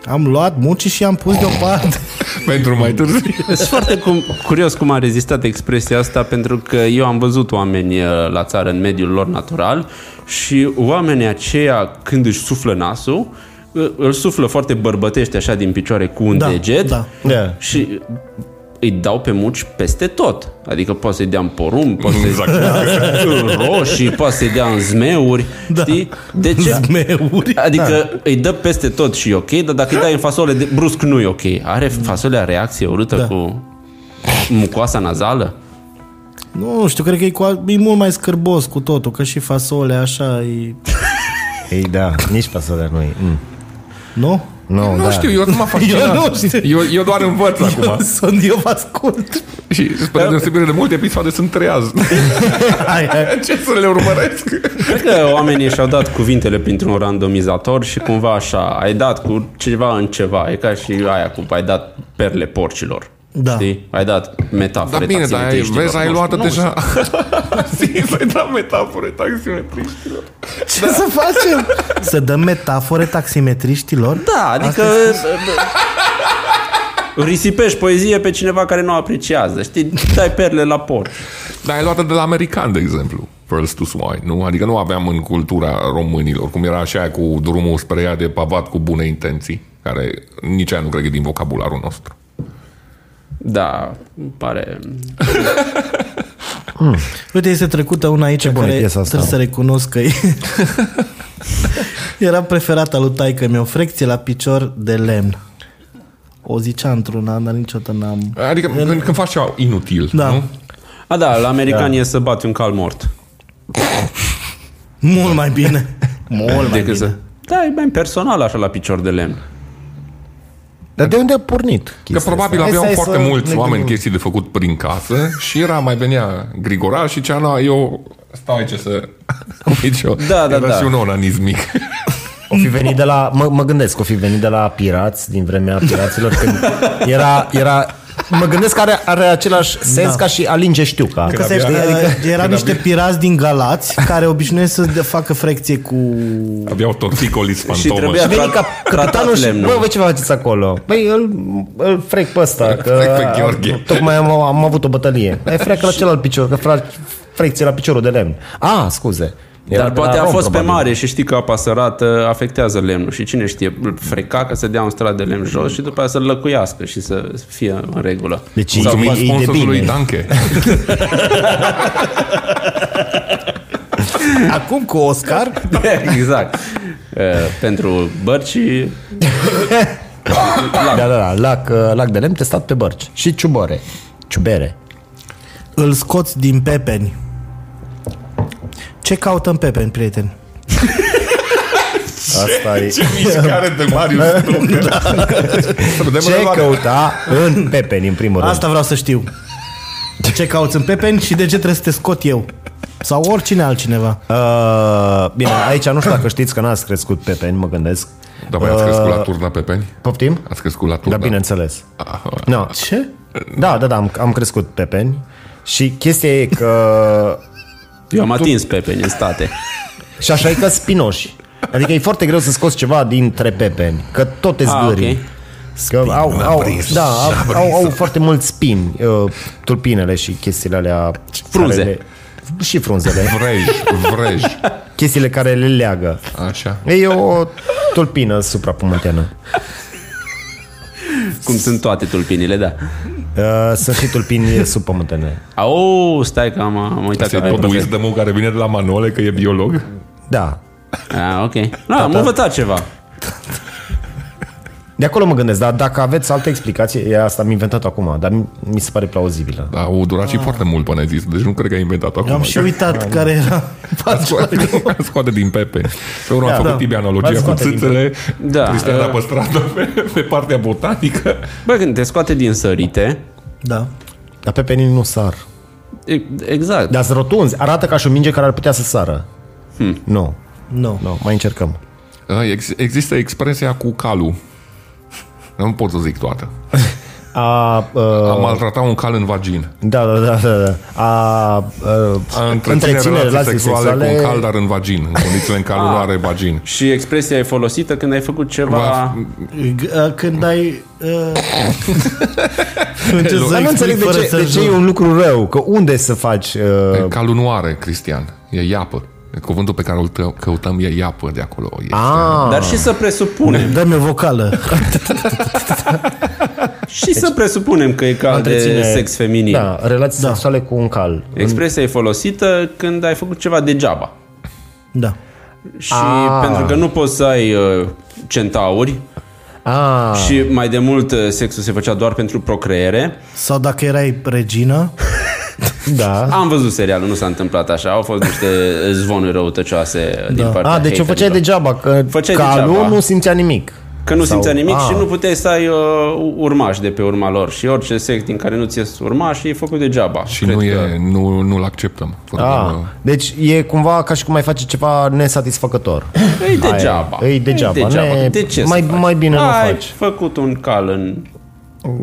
[SPEAKER 3] Am luat muci și am pus deoparte.
[SPEAKER 4] Pentru mai târziu.
[SPEAKER 1] Sunt foarte cum, curios cum a rezistat expresia asta, pentru că eu am văzut oameni uh, la țară în mediul lor natural și oamenii aceia, când își suflă nasul, uh, îl suflă foarte bărbătește așa din picioare cu un
[SPEAKER 3] Da,
[SPEAKER 1] deget
[SPEAKER 3] da.
[SPEAKER 2] Da.
[SPEAKER 1] și îi dau pe muci peste tot. Adică poate să-i dea în porumb, poate să-i
[SPEAKER 4] Exact.
[SPEAKER 1] în roșii, poate să-i dea în zmeuri, da. știi? De ce?
[SPEAKER 3] Zmeuri.
[SPEAKER 1] Adică da. îi dă peste tot și e ok, dar dacă îi dai în fasole, de, brusc nu e ok. Are fasolea reacție urâtă da. cu mucoasa nazală?
[SPEAKER 3] Nu știu, cred că e, cu, al- e mult mai scârbos cu totul, că și fasole așa e...
[SPEAKER 2] Ei, da, nici pasolea nu e. Mm.
[SPEAKER 3] Nu?
[SPEAKER 2] No,
[SPEAKER 4] Nu
[SPEAKER 2] da.
[SPEAKER 4] știu, eu nu m-a fascinat.
[SPEAKER 3] Eu nu știu.
[SPEAKER 4] Eu, eu doar învăț acum.
[SPEAKER 3] Sunt, eu vă ascult.
[SPEAKER 4] Și spre deosebire de multe episoade sunt treaz.
[SPEAKER 3] Hai, hai.
[SPEAKER 4] Ce să le urmăresc?
[SPEAKER 1] Cred că oamenii și-au dat cuvintele printr-un randomizator și cumva așa, ai dat cu ceva în ceva. E ca și aia cu ai dat perle porcilor.
[SPEAKER 3] Da.
[SPEAKER 1] Știi? Ai dat metafore
[SPEAKER 4] Da bine, dar ai,
[SPEAKER 1] taximetriștilor.
[SPEAKER 4] vezi, ai
[SPEAKER 1] Nu
[SPEAKER 4] luat
[SPEAKER 1] știu, nu știu.
[SPEAKER 4] deja... Zi, să-i dau metafore taximetriștilor.
[SPEAKER 3] Ce da. să facem? Să dăm metafore taximetriștilor?
[SPEAKER 1] Da, adică... Risipești poezie pe cineva care nu o apreciază, știi? Dai perle la porc.
[SPEAKER 4] Dar ai luat de la american, de exemplu. Pearls to Swine, nu? Adică nu aveam în cultura românilor, cum era așa cu drumul spre ea de pavat cu bune intenții, care nici aia nu cred că e din vocabularul nostru.
[SPEAKER 1] Da, îmi pare...
[SPEAKER 3] Uite, este trecută una aici
[SPEAKER 2] bună e
[SPEAKER 3] care
[SPEAKER 2] piesa
[SPEAKER 3] asta,
[SPEAKER 2] asta,
[SPEAKER 3] trebuie să recunosc că e... era preferata lui taică mi o frecție la picior de lemn. O zicea într-un an, dar niciodată n-am...
[SPEAKER 4] Adică când, când faci ceva inutil,
[SPEAKER 3] Da.
[SPEAKER 4] nu?
[SPEAKER 1] A, da, la american da. e să bati un cal mort.
[SPEAKER 3] Mult mai bine. Mult mai bine.
[SPEAKER 1] Decât să... Da, e mai personal așa la picior de lemn.
[SPEAKER 2] Dar de unde a pornit
[SPEAKER 4] Că
[SPEAKER 2] chestia
[SPEAKER 4] probabil
[SPEAKER 2] asta? Hai
[SPEAKER 4] aveau
[SPEAKER 2] să- hai
[SPEAKER 4] foarte
[SPEAKER 2] să
[SPEAKER 4] mulți
[SPEAKER 2] ne
[SPEAKER 4] oameni
[SPEAKER 2] gândim.
[SPEAKER 4] chestii de făcut prin casă și era, mai venea Grigora și cea "Na, eu stau aici să... Uite și eu.
[SPEAKER 1] Da, da,
[SPEAKER 4] era
[SPEAKER 1] da.
[SPEAKER 4] și un onanism mic.
[SPEAKER 2] O fi venit de la, mă, mă gândesc, o fi venit de la pirați, din vremea piraților, când era, era Mă gândesc că are, are același sens da. ca și Alinge Știuca.
[SPEAKER 3] Că se,
[SPEAKER 4] abia-
[SPEAKER 3] adică, erau
[SPEAKER 4] când
[SPEAKER 3] niște
[SPEAKER 4] abia-
[SPEAKER 3] pirați din Galați care obișnuiesc să de- facă frecție cu...
[SPEAKER 4] Aveau torticolis
[SPEAKER 1] Și
[SPEAKER 4] fantomă.
[SPEAKER 1] trebuia
[SPEAKER 2] A venit
[SPEAKER 1] trat-
[SPEAKER 2] ca capitanul
[SPEAKER 1] tratat
[SPEAKER 2] și,
[SPEAKER 1] lemnul.
[SPEAKER 2] bă, voi ce faceți acolo? Băi, îl, Păi, îl frec pe ăsta, că
[SPEAKER 4] frec pe Gheorghe.
[SPEAKER 2] tocmai am, am avut o bătălie. Ai frec la celălalt picior, că fra, frec ți la piciorul de lemn. A, scuze. Era
[SPEAKER 1] Dar
[SPEAKER 2] de la
[SPEAKER 1] poate a
[SPEAKER 2] Rom,
[SPEAKER 1] fost
[SPEAKER 2] probabil.
[SPEAKER 1] pe mare și știi că apa sărată afectează lemnul și cine știe, îl freca că să dea un strat de lemn jos și după aia să-l lăcuiască și să fie în regulă.
[SPEAKER 2] Deci e,
[SPEAKER 4] Mulțumim
[SPEAKER 2] e, e de
[SPEAKER 4] sponsorului
[SPEAKER 2] bine.
[SPEAKER 4] Danke.
[SPEAKER 3] Acum cu Oscar?
[SPEAKER 1] exact. Uh, pentru bărci
[SPEAKER 2] Da, da, da, lac, uh, lac de lemn testat pe bărci. Și ciubore. Ciubere.
[SPEAKER 3] Îl scoți din pepeni. Ce caută în pepeni, prieteni?
[SPEAKER 2] Asta e.
[SPEAKER 4] Ce mișcare de Marius Strucă. Să Da. vedem
[SPEAKER 2] Ce
[SPEAKER 4] evaluarea.
[SPEAKER 2] căuta în pepeni, în primul rând?
[SPEAKER 3] Asta vreau să știu. Ce cauți în pepeni și de ce trebuie să te scot eu? Sau oricine altcineva.
[SPEAKER 2] Uh, bine, aici nu știu dacă știți că n-ați crescut pepeni, mă gândesc.
[SPEAKER 4] Dar voi Da, ați crescut la turna pe peni?
[SPEAKER 2] Poftim?
[SPEAKER 4] Ați crescut la turna?
[SPEAKER 2] Da, bineînțeles.
[SPEAKER 4] Ah,
[SPEAKER 2] No.
[SPEAKER 3] Ce?
[SPEAKER 2] Da, da, da, am, am crescut pepeni și chestia e că...
[SPEAKER 1] eu am atins pepeni în state.
[SPEAKER 2] Și așa e că spinoși. Adică e foarte greu să scoți ceva dintre pepeni, că tot te
[SPEAKER 1] Ah,
[SPEAKER 2] zgârii.
[SPEAKER 1] ok.
[SPEAKER 2] Că au, au,
[SPEAKER 4] abrins,
[SPEAKER 2] da, au, au, au foarte mulți spini, uh, tulpinele și chestiile alea.
[SPEAKER 1] Frunze.
[SPEAKER 2] care Le, și frunzele.
[SPEAKER 4] Vrej, vrej.
[SPEAKER 2] Chestiile care le leagă.
[SPEAKER 4] Așa.
[SPEAKER 2] E o tulpină suprapământeană.
[SPEAKER 1] Cum sunt toate tulpinile, da.
[SPEAKER 2] Uh, sunt și tulpini subpământene.
[SPEAKER 1] Au, stai că am, am uitat
[SPEAKER 4] Asta
[SPEAKER 1] că
[SPEAKER 4] e
[SPEAKER 1] aveai
[SPEAKER 4] tot wisdom care vine de la Manole, că e biolog.
[SPEAKER 2] Da.
[SPEAKER 1] Ah, ok. Da, am învățat ceva.
[SPEAKER 2] De acolo mă gândesc, dar dacă aveți alte explicații, e asta am inventat acum, dar mi- mi se pare plauzibilă.
[SPEAKER 4] Dar Da, au durat și foarte mult până ai zis, deci nu cred că ai inventat acum.
[SPEAKER 3] Eu am și uitat care era.
[SPEAKER 4] Scoate, scoate din Pepe. Pe urmă da, a făcut
[SPEAKER 2] da.
[SPEAKER 4] da. Tibi
[SPEAKER 2] Îl
[SPEAKER 4] analogia cu
[SPEAKER 2] scoate din
[SPEAKER 4] țâțele,
[SPEAKER 1] Da,
[SPEAKER 4] da, Cristian
[SPEAKER 1] uh,
[SPEAKER 4] a păstrat pe, pe partea botanică.
[SPEAKER 1] Bă, când te scoate din sărite,
[SPEAKER 3] Da.
[SPEAKER 2] Dar pe penin nu sar.
[SPEAKER 1] e- exact.
[SPEAKER 2] Dar sunt rotunzi, arată ca și o minge care ar putea să sară. Hmm. Nu,
[SPEAKER 3] Nu.
[SPEAKER 2] nu, mai încercăm.
[SPEAKER 4] Uh, Ex- există expresia cu calul. Nu pot să zic toată.
[SPEAKER 2] A, uh,
[SPEAKER 4] Am maltratat un cal în vagin.
[SPEAKER 2] da, da, da, da, da. A, uh,
[SPEAKER 4] A întreține relații, sexuale, cu un cal, dar în vagin. În condițiile în care nu
[SPEAKER 2] Ah.
[SPEAKER 4] are vagin.
[SPEAKER 1] Și expresia e folosită când ai făcut ceva...
[SPEAKER 4] Va-
[SPEAKER 3] G- Când ai... Uh...
[SPEAKER 2] Dar nu înțeleg de ce, de ce e un lucru rău, că unde să faci... Uh,
[SPEAKER 4] Calul nu are, Cristian. E iapă. Cuvântul pe care îl tă- căutăm e iapă de acolo.
[SPEAKER 2] Ah,
[SPEAKER 4] Este.
[SPEAKER 2] a,
[SPEAKER 1] Dar și să presupunem.
[SPEAKER 3] Dă-mi o vocală.
[SPEAKER 1] Și deci, să presupunem că e ca de sex feminin.
[SPEAKER 2] Da, relații da. sexuale cu un cal.
[SPEAKER 1] Expresia e folosită când ai făcut ceva degeaba.
[SPEAKER 3] Da.
[SPEAKER 1] Și A. pentru că nu poți să ai uh, centauri
[SPEAKER 2] Ah,
[SPEAKER 1] și mai de mult uh, sexul se făcea doar pentru procreere,
[SPEAKER 3] Sau dacă erai regină,
[SPEAKER 2] da.
[SPEAKER 1] am văzut serialul, nu s-a întâmplat așa, au fost niște zvonuri răutăcioase din partea
[SPEAKER 2] A, deci o făceai
[SPEAKER 1] haterilor.
[SPEAKER 2] degeaba, că
[SPEAKER 1] Făceai
[SPEAKER 2] calul
[SPEAKER 1] degeaba.
[SPEAKER 2] nu simțea nimic.
[SPEAKER 1] Că nu simțea nimic
[SPEAKER 2] Ah.
[SPEAKER 1] și nu puteai să ai uh, urmași de pe urma lor și orice sex din care nu ți ies urmași e făcut degeaba.
[SPEAKER 4] Și
[SPEAKER 1] Cred
[SPEAKER 4] nu,
[SPEAKER 1] că-
[SPEAKER 4] e, nu, nu-l acceptăm.
[SPEAKER 2] Ah,
[SPEAKER 4] Formă-
[SPEAKER 2] deci e cumva ca și cum ai face ceva nesatisfăcător.
[SPEAKER 1] E degeaba.
[SPEAKER 2] Aia e. E degeaba. Ne-
[SPEAKER 1] De ce
[SPEAKER 2] mai-
[SPEAKER 1] să faci?
[SPEAKER 2] mai bine nu
[SPEAKER 1] Ai
[SPEAKER 2] faci.
[SPEAKER 1] făcut un cal în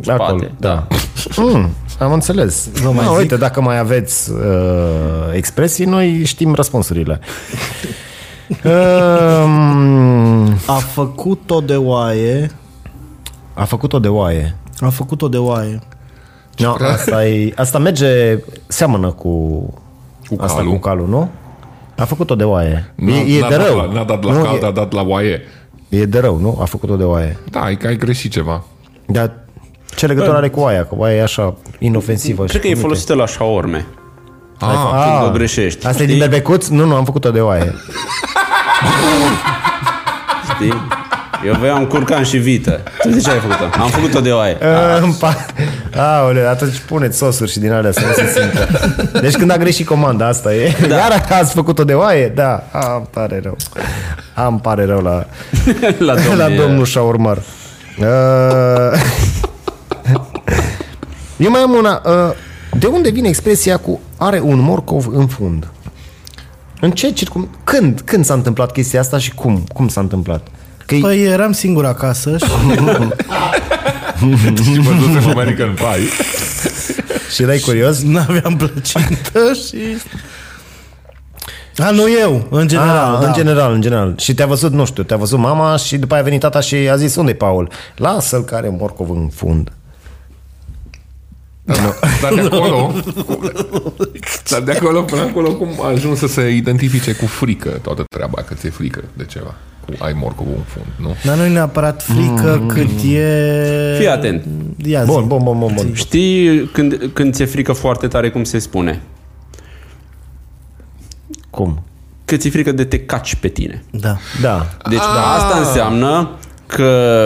[SPEAKER 1] spate.
[SPEAKER 2] da. Mm, am înțeles. Vă mai uite, dacă mai aveți uh, expresii, noi știm răspunsurile. Ehm, Um,
[SPEAKER 3] a făcut-o de oaie,
[SPEAKER 2] a făcut-o de oaie.
[SPEAKER 3] a făcut-o de oaie.
[SPEAKER 2] No, asta, e, asta merge, seamănă cu,
[SPEAKER 4] Cu
[SPEAKER 2] asta
[SPEAKER 4] calul.
[SPEAKER 2] cu calul, nu? A făcut-o de oaie.
[SPEAKER 4] N-a-
[SPEAKER 2] e e
[SPEAKER 4] n-a
[SPEAKER 2] de
[SPEAKER 4] dat
[SPEAKER 2] rău.
[SPEAKER 4] la- N-a dat la
[SPEAKER 2] nu,
[SPEAKER 4] cal,
[SPEAKER 2] e,
[SPEAKER 4] dar a dat la oaie.
[SPEAKER 2] e de rău, nu? A făcut-o de oaie.
[SPEAKER 4] Da, e că ai greșit ceva.
[SPEAKER 2] Dar ce legătură are cu oaia? Că oaia e așa inofensivă. și
[SPEAKER 1] Cred că e
[SPEAKER 2] uite.
[SPEAKER 1] folosită la șaorme.
[SPEAKER 4] Ah,
[SPEAKER 1] Când
[SPEAKER 2] Ah.
[SPEAKER 1] o greșești.
[SPEAKER 2] Asta e din
[SPEAKER 1] știi?
[SPEAKER 2] bebecuț? Nu, nu, am făcut-o de oaie.
[SPEAKER 1] Știi? Eu voiam curcan și vită. Tu de ce ai făcut-o? Am făcut-o de oaie.
[SPEAKER 2] În pa- Aoleu, atunci puneți sosuri și din alea să nu se simtă. Deci când a greșit comanda, asta e. Da. Iar ați făcut-o de oaie? Da. Am pare rău. Am pare rău la,
[SPEAKER 1] La domnul.
[SPEAKER 2] la domnul Shaurmar. Uh, Eu mai am una. Uh, De unde vine expresia cu are un morcov în fund? În ce circum... Când? Când s-a întâmplat chestia asta și cum? Cum s-a întâmplat? Că e-
[SPEAKER 3] Păi eram singur acasă și
[SPEAKER 4] și văzusem American Pie.
[SPEAKER 2] și erai curios?
[SPEAKER 3] n-aveam plăcintă și... A, nu eu, în general,
[SPEAKER 2] Ah,
[SPEAKER 3] da.
[SPEAKER 2] În general, în general. Și te-a văzut, nu știu, te-a văzut mama și după aia a venit tata și a zis, unde e Paul? Lasă-l care are un morcov în fund.
[SPEAKER 4] Dar de acolo... Dar de acolo până acolo cum ajuns să se identifice cu frică toată treaba, că ți-e frică de ceva. Cu ai morcovul în fund, nu?
[SPEAKER 3] Dar nu-i neapărat frică mm. cât e...
[SPEAKER 1] Fii atent.
[SPEAKER 3] Ia
[SPEAKER 2] Bun,
[SPEAKER 3] zi.
[SPEAKER 2] bun, bun, bun, bun.
[SPEAKER 1] Știi când, când ți-e frică foarte tare cum se spune?
[SPEAKER 2] Cum?
[SPEAKER 1] Că ți-e frică de te caci pe tine.
[SPEAKER 3] Da.
[SPEAKER 2] Da.
[SPEAKER 1] Deci da, asta înseamnă că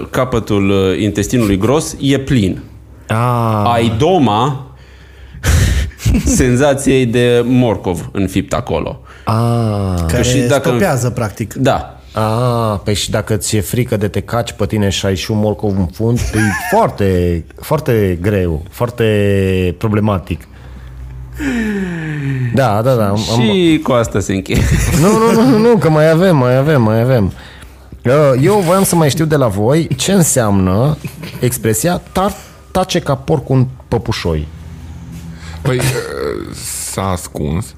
[SPEAKER 1] uh, capătul uh, intestinului gros e plin.
[SPEAKER 2] Ah,
[SPEAKER 1] Ai doma senzației de morcov înfipt acolo.
[SPEAKER 2] ah,
[SPEAKER 3] Care
[SPEAKER 1] și
[SPEAKER 3] și
[SPEAKER 1] dacă-
[SPEAKER 3] dacă... stopează, practic.
[SPEAKER 1] Da.
[SPEAKER 2] ah, păi și dacă ți-e frică de te caci pe tine și ai și un morcov în fund, e foarte, foarte greu, foarte problematic. Da, da, da. Am, am,
[SPEAKER 1] Și cu asta se încheie.
[SPEAKER 2] Nu, nu, nu, nu, că mai avem, mai avem, mai avem. Uh, Eu voiam să mai știu de la voi ce înseamnă expresia tar tace ca porc un păpușoi.
[SPEAKER 4] Păi uh, s-a ascuns.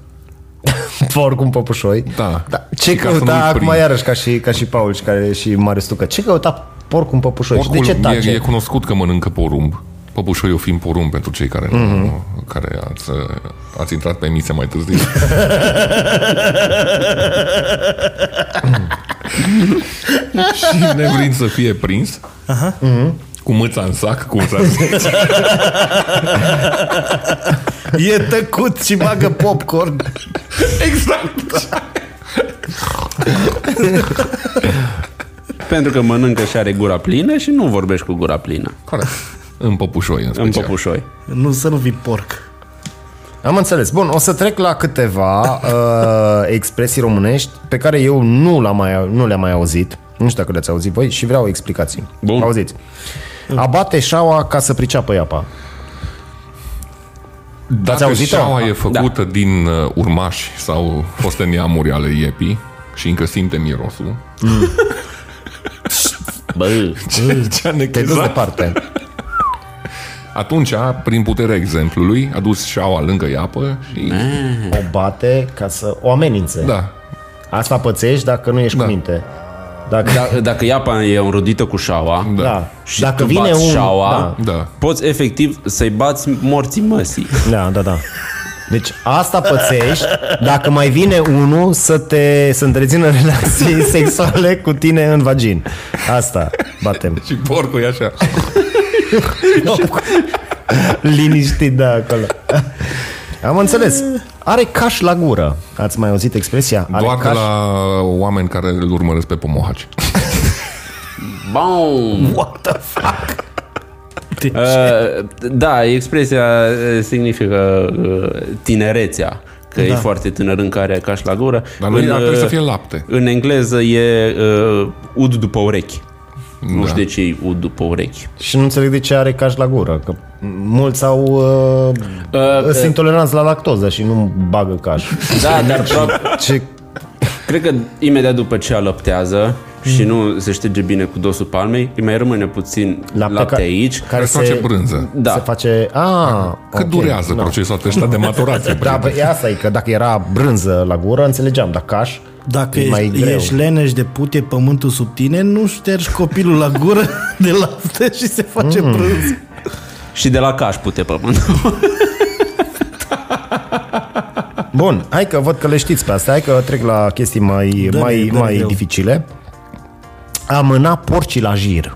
[SPEAKER 2] Porc un păpușoi?
[SPEAKER 4] Da.
[SPEAKER 2] da. Ce
[SPEAKER 4] Și ca să nu-i
[SPEAKER 2] căuta acum
[SPEAKER 4] prind.
[SPEAKER 2] iarăși ca și, ca și Paul și, care, și Marius Tucă? Ce căuta porc un păpușoi? și de ce
[SPEAKER 4] Porcul
[SPEAKER 2] tace?
[SPEAKER 4] e, e cunoscut că mănâncă porumb. Păpușoiul fiind porumb pentru cei care, nu,
[SPEAKER 2] Mhm.
[SPEAKER 4] care ați, uh, ați intrat pe emisia mai târziu. și nevrind să fie prins, Mhm.
[SPEAKER 2] Mhm.
[SPEAKER 4] cu mâța în sac, cum s-ar zice.
[SPEAKER 3] E tăcut și bagă popcorn.
[SPEAKER 4] Exact!
[SPEAKER 1] Pentru că mănâncă și are gura plină și nu vorbești cu gura plină.
[SPEAKER 4] Corect. În păpușoi, în
[SPEAKER 1] În
[SPEAKER 4] special.
[SPEAKER 1] păpușoi.
[SPEAKER 3] nu, să nu vii porc.
[SPEAKER 2] Am înțeles. Bun, o să trec la câteva uh, expresii românești pe care eu nu, l-am mai, nu le-am mai auzit. Nu știu dacă le-ați auzit voi și vreau explicații.
[SPEAKER 1] Bun. Mm.
[SPEAKER 2] Auziți. Abate șaua ca să priceapă iapa. Ați
[SPEAKER 4] Dacă
[SPEAKER 2] auzit-o?
[SPEAKER 4] șaua e făcută da. din uh, urmași sau foste neamuri ale iepii și încă simte mirosul,
[SPEAKER 1] Bă,
[SPEAKER 4] ce, ce a
[SPEAKER 2] Te duci
[SPEAKER 1] Exact.
[SPEAKER 4] nechezat.
[SPEAKER 2] departe.
[SPEAKER 4] Atunci, prin puterea exemplului, a dus șaua lângă iapă și...
[SPEAKER 2] O bate ca să o amenințe.
[SPEAKER 4] Da.
[SPEAKER 2] Asta pățești dacă nu ești da.
[SPEAKER 4] Da.
[SPEAKER 2] cu minte. Dacă, da.
[SPEAKER 1] da- dacă iapa e înrodită cu șaua,
[SPEAKER 4] Da.
[SPEAKER 2] da.
[SPEAKER 1] Și dacă tu vine bați un... șaua,
[SPEAKER 4] Da.
[SPEAKER 1] poți efectiv să-i bați morții măsii.
[SPEAKER 2] Da, da, da. Deci asta pățești dacă mai vine unul să te să întrețină relații sexuale cu tine în vagin. Asta batem.
[SPEAKER 4] Și porcul e așa.
[SPEAKER 2] Liniștit, da, acolo. Am înțeles. Are caș la gură. Ați mai auzit expresia? Are
[SPEAKER 4] Doar de
[SPEAKER 2] caș...
[SPEAKER 4] la oameni care îl urmăresc pe Pomohaci.
[SPEAKER 1] Bum!
[SPEAKER 2] What the fuck?
[SPEAKER 1] Uh, da, expresia uh, significă uh, tinerețea. Că da. e foarte tânăr în care caș la gură.
[SPEAKER 4] Dar nu
[SPEAKER 1] În,
[SPEAKER 4] ar trebui să
[SPEAKER 1] uh,
[SPEAKER 4] fie lapte.
[SPEAKER 1] În engleză e uh, ud după urechi. Da. Nu
[SPEAKER 4] Da.
[SPEAKER 1] știu de ce e ud după urechi.
[SPEAKER 2] Și nu înțeleg de ce are caș la gură, că mulți au uh,
[SPEAKER 1] Uh,
[SPEAKER 2] uh, sunt toleranți la lactoză și nu bagă caș.
[SPEAKER 1] Da, dar prob-
[SPEAKER 2] Ce
[SPEAKER 1] Cred că imediat după ce alăptează și nu se șterge bine cu dosul palmei, îi mai rămâne puțin
[SPEAKER 2] Lapte
[SPEAKER 1] lapte, lapte
[SPEAKER 2] ca-
[SPEAKER 1] aici.
[SPEAKER 4] Care
[SPEAKER 2] care
[SPEAKER 4] se face
[SPEAKER 2] se,
[SPEAKER 4] brânză.
[SPEAKER 1] Da.
[SPEAKER 2] se face... ah, A,
[SPEAKER 4] Cât okay, durează no. procesul acesta de maturație?
[SPEAKER 2] Da,
[SPEAKER 4] prieteni?
[SPEAKER 2] bă, e asta e că dacă era brânză la gură, înțelegeam, dar caș
[SPEAKER 3] Dacă
[SPEAKER 2] e mai
[SPEAKER 3] ești,
[SPEAKER 2] greu.
[SPEAKER 3] ești leneș de pute pământul sub tine, nu ștergi copilul la gură de lapte și se face mm. prânz.
[SPEAKER 1] Și de la caș pute pământul.
[SPEAKER 2] Bun, hai că văd că le știți pe astea, hai că trec la chestii mai,
[SPEAKER 3] Dă-ne,
[SPEAKER 2] mai,
[SPEAKER 3] dă-ne
[SPEAKER 2] mai
[SPEAKER 3] greu.
[SPEAKER 2] dificile. Amâna porcii la jir.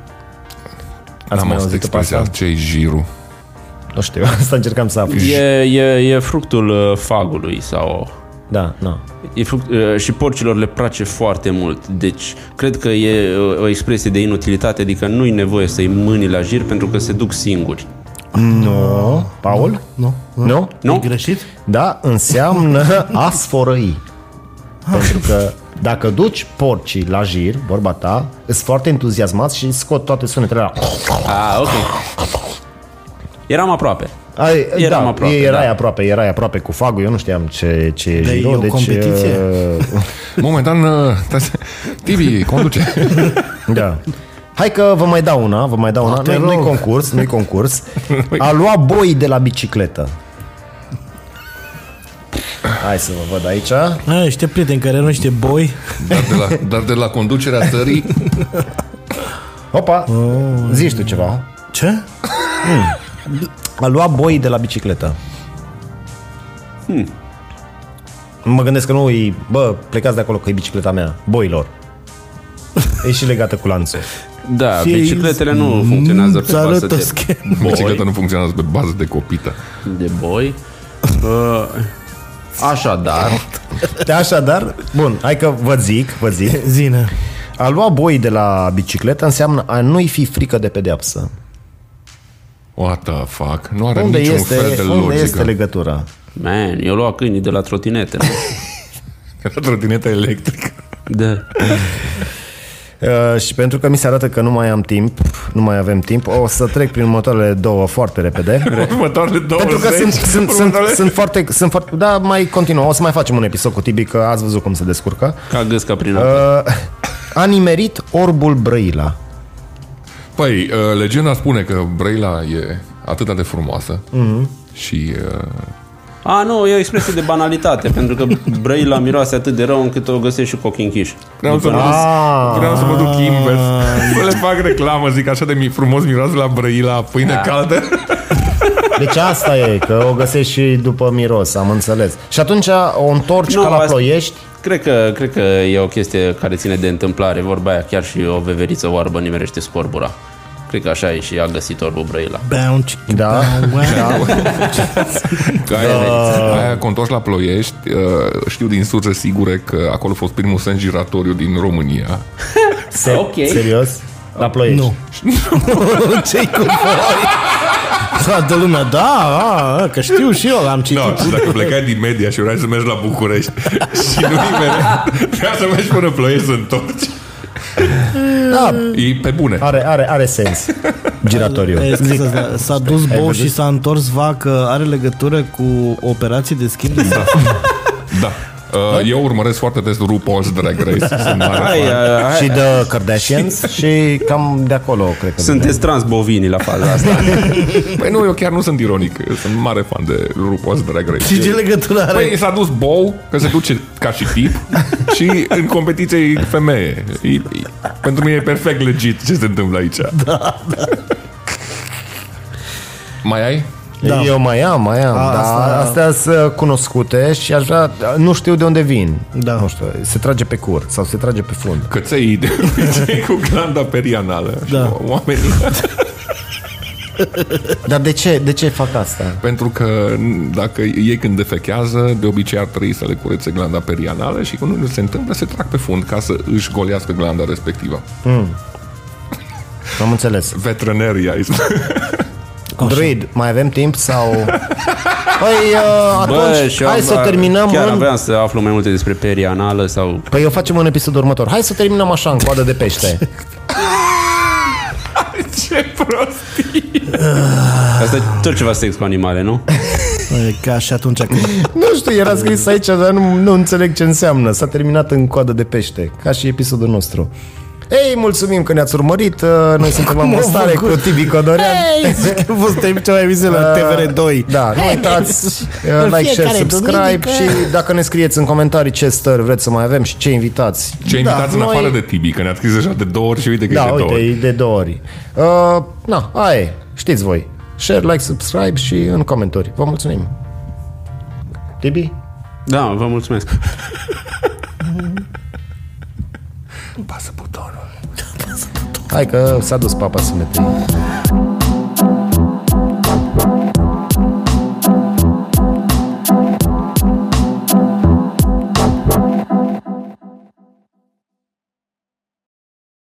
[SPEAKER 2] Ați
[SPEAKER 4] N-am
[SPEAKER 2] mai
[SPEAKER 4] auzit
[SPEAKER 2] auzit pe asta?
[SPEAKER 4] expresia, ce jirul?
[SPEAKER 2] Nu știu, asta încercam să aflu.
[SPEAKER 1] e, e, e fructul uh, fagului sau...
[SPEAKER 2] Da, da.
[SPEAKER 1] E fruct, uh, și porcilor le place foarte mult. Deci, cred că e uh, o expresie de inutilitate, adică nu-i nevoie să-i mâni la jir pentru că se duc singuri.
[SPEAKER 2] Nu. Paul?
[SPEAKER 3] Oh? Nu?
[SPEAKER 2] Nu?
[SPEAKER 1] Nu?
[SPEAKER 3] E greșit?
[SPEAKER 2] Da, înseamnă a sfărăi. Pentru că dacă duci porcii la jir, vorba ta, sunt foarte entuziasmați și scot toate sunetele alea.
[SPEAKER 1] Ah, ok. Eram aproape.
[SPEAKER 2] Ai,
[SPEAKER 1] Eram
[SPEAKER 2] da,
[SPEAKER 1] aproape,
[SPEAKER 2] erai
[SPEAKER 1] da.
[SPEAKER 2] aproape, erai aproape cu fagul, eu nu știam ce, ce e
[SPEAKER 3] Dar e
[SPEAKER 2] jiro,
[SPEAKER 3] o
[SPEAKER 2] deci...
[SPEAKER 3] competiție.
[SPEAKER 2] uh,
[SPEAKER 4] Momentan, uh, stai să- Tibi conduce.
[SPEAKER 2] Da. Hai că vă mai dau una, vă mai dau una.
[SPEAKER 3] Ah, te
[SPEAKER 2] Nu, nu-i
[SPEAKER 3] rog.
[SPEAKER 2] concurs, nu-i concurs. A lua boi de la bicicletă. Hai să vă văd aici.
[SPEAKER 3] Ai, niște prieteni care erau niște boi.
[SPEAKER 4] Dar de la, dar de la conducerea țării,
[SPEAKER 2] Opa,
[SPEAKER 3] Oh,
[SPEAKER 2] zici tu
[SPEAKER 3] da.
[SPEAKER 2] ceva.
[SPEAKER 3] Ce?
[SPEAKER 2] A lua boi de la bicicletă. Hmm. Mă gândesc că nu e, bă, plecați de acolo că e bicicleta mea, boilor. E și legată cu lanțul.
[SPEAKER 1] Da,
[SPEAKER 3] Și-
[SPEAKER 1] bicicletele nu funcționează pe
[SPEAKER 3] Îți
[SPEAKER 1] bază
[SPEAKER 3] arăt o
[SPEAKER 1] de,
[SPEAKER 3] Mm, schemă.
[SPEAKER 4] bicicleta nu funcționează pe bază de copită.
[SPEAKER 1] de boi. Uh, așadar,
[SPEAKER 2] Așadar, bun, hai că vă zic, vă zic.
[SPEAKER 3] Zine.
[SPEAKER 2] A lua boi de la bicicletă înseamnă a nu-i fi frică de pedeapsă.
[SPEAKER 4] What the fuck? Nu are
[SPEAKER 2] Unde
[SPEAKER 4] niciun
[SPEAKER 2] este,
[SPEAKER 4] fel de
[SPEAKER 2] unde este
[SPEAKER 4] logică.
[SPEAKER 2] legătura?
[SPEAKER 1] man, eu luam câinii de la trotinete. nu?
[SPEAKER 4] Era trotineta electrică.
[SPEAKER 1] Da.
[SPEAKER 2] Uh, și pentru că mi se arată că nu mai am timp, nu mai avem timp, o să trec prin următoarele două foarte repede.
[SPEAKER 4] Următoarele 20.
[SPEAKER 2] Pentru că sunt, sunt, sunt,
[SPEAKER 4] următoarele-
[SPEAKER 2] sunt, foarte, sunt foarte... Da, mai continuăm. O să mai facem un episod cu Tibi, că ați văzut cum se descurcă.
[SPEAKER 1] Ca gâsca prin apă.
[SPEAKER 2] Uh, a nimerit orbul Brăila.
[SPEAKER 4] Păi, uh, legenda spune că Brăila e atât de frumoasă și uh,
[SPEAKER 1] A, nu, e o expresie de banalitate, pentru că brăila miroase atât de rău încât o găsești și cu ochii închiși.
[SPEAKER 4] vreau, să mă duc, vreau să mă duc invers. Să le fac reclamă, zic așa de mi- frumos miroase la Brăila, pâine caldă.
[SPEAKER 2] Deci asta e, că o găsești și după miros, am înțeles. Și atunci o întorci
[SPEAKER 1] Nu,
[SPEAKER 2] ca la
[SPEAKER 1] asta-
[SPEAKER 2] ploiești.
[SPEAKER 1] Cred că, cred că e o chestie care ține de întâmplare, vorba aia, chiar și o veveriță oarbă nimerește scorbura. Cred că așa e și a găsit orbul brăila.
[SPEAKER 3] Bounce.
[SPEAKER 2] Da.
[SPEAKER 4] Că aia, aia contoși la ploiești, uh, știu din surse sigure că acolo a fost primul sân giratoriu din România.
[SPEAKER 2] Se,
[SPEAKER 1] Ok.
[SPEAKER 2] Serios? La ploiești.
[SPEAKER 3] Nu. Ce-i cu voi? Toată lumea, da, a, a, că știu și eu, am citit.
[SPEAKER 4] Da, și dacă plecai din media și urai să mergi la București și nu nimerea, trebuia să mergi până ploiești să întorci.
[SPEAKER 2] Da,
[SPEAKER 4] E pe bune.
[SPEAKER 2] Are, are, are sens. Giratoriu.
[SPEAKER 3] E, scuze, s-a- S-a dus bou și s-a întors vacă. Are legătură cu operații de schimb de da.
[SPEAKER 4] Da. Uh, Eu urmăresc foarte des RuPaul's Drag Race. Sunt mare
[SPEAKER 1] Hai,
[SPEAKER 4] fan.
[SPEAKER 1] hai, hai.
[SPEAKER 2] Și de Kardashians și cam de acolo, cred că.
[SPEAKER 1] Sunteți transbovinii la faza asta.
[SPEAKER 4] Păi nu, eu chiar nu sunt ironic. Sunt mare fan de RuPaul's Drag Race.
[SPEAKER 3] Și ce legătură are?
[SPEAKER 4] Păi s-a dus Bow, că se duce ca și tip, și în competiție e femeie. E, e, pentru mine e perfect legit ce se întâmplă aici. Da, da. Mai ai?
[SPEAKER 2] Da. Eu mai am, mai am,
[SPEAKER 3] A,
[SPEAKER 2] dar
[SPEAKER 3] asta-
[SPEAKER 2] astea sunt cunoscute și aș vrea, nu știu de unde vin.
[SPEAKER 3] Da.
[SPEAKER 2] Nu știu, se trage pe cur sau se trage pe fund.
[SPEAKER 4] Căței de obicei cu glanda perianală.
[SPEAKER 3] Da.
[SPEAKER 4] Și Oamenii
[SPEAKER 2] Dar de ce, de ce fac asta?
[SPEAKER 4] Pentru că n- dacă ei când defechează, de obicei ar trebui să le curețe glanda perianală și când nu le se întâmplă, se trag pe fund ca să își golească glanda respectivă.
[SPEAKER 2] Am înțeles.
[SPEAKER 4] Veterineria este...
[SPEAKER 2] Druid, mai avem timp sau... Păi, uh, atunci,
[SPEAKER 1] și eu
[SPEAKER 2] hai
[SPEAKER 1] am-
[SPEAKER 2] să terminăm
[SPEAKER 1] Chiar
[SPEAKER 2] în...
[SPEAKER 1] aveam să aflu mai multe despre perianală sau...
[SPEAKER 2] Păi eu facem un episod următor. Hai să terminăm așa, în coadă de pește.
[SPEAKER 4] Ce prost!
[SPEAKER 1] Asta e tot ceva sex cu animale, nu?
[SPEAKER 3] E Păi, Ca și atunci când...
[SPEAKER 2] nu știu, era scris aici, dar nu, nu înțeleg ce înseamnă. S-a terminat în coadă de pește, ca și episodul nostru. Ei, mulțumim că ne-ați urmărit. uh, Noi suntem la Mustare cu Tibi Codorean.
[SPEAKER 3] Ei, zic că a fost emisiunea emisiune la TVR2.
[SPEAKER 2] Da, nu uitați, uh, like, share, subscribe și dacă ne scrieți în comentarii ce stări vreți să mai avem și ce invitați.
[SPEAKER 4] Ce invitați în
[SPEAKER 2] Da, noi-
[SPEAKER 4] afară de Tibi, că ne-ați scris deja de două ori și uite că
[SPEAKER 2] Da,
[SPEAKER 4] e de
[SPEAKER 2] uite,
[SPEAKER 4] două ori.
[SPEAKER 2] e de două ori. Uh, na, aia e. Știți voi. Share, like, subscribe și în comentarii. Vă mulțumim. Tibi?
[SPEAKER 1] Da, vă mulțumesc.
[SPEAKER 4] Pasă butonul.
[SPEAKER 2] Hai că s-a dus papa să ne prindă.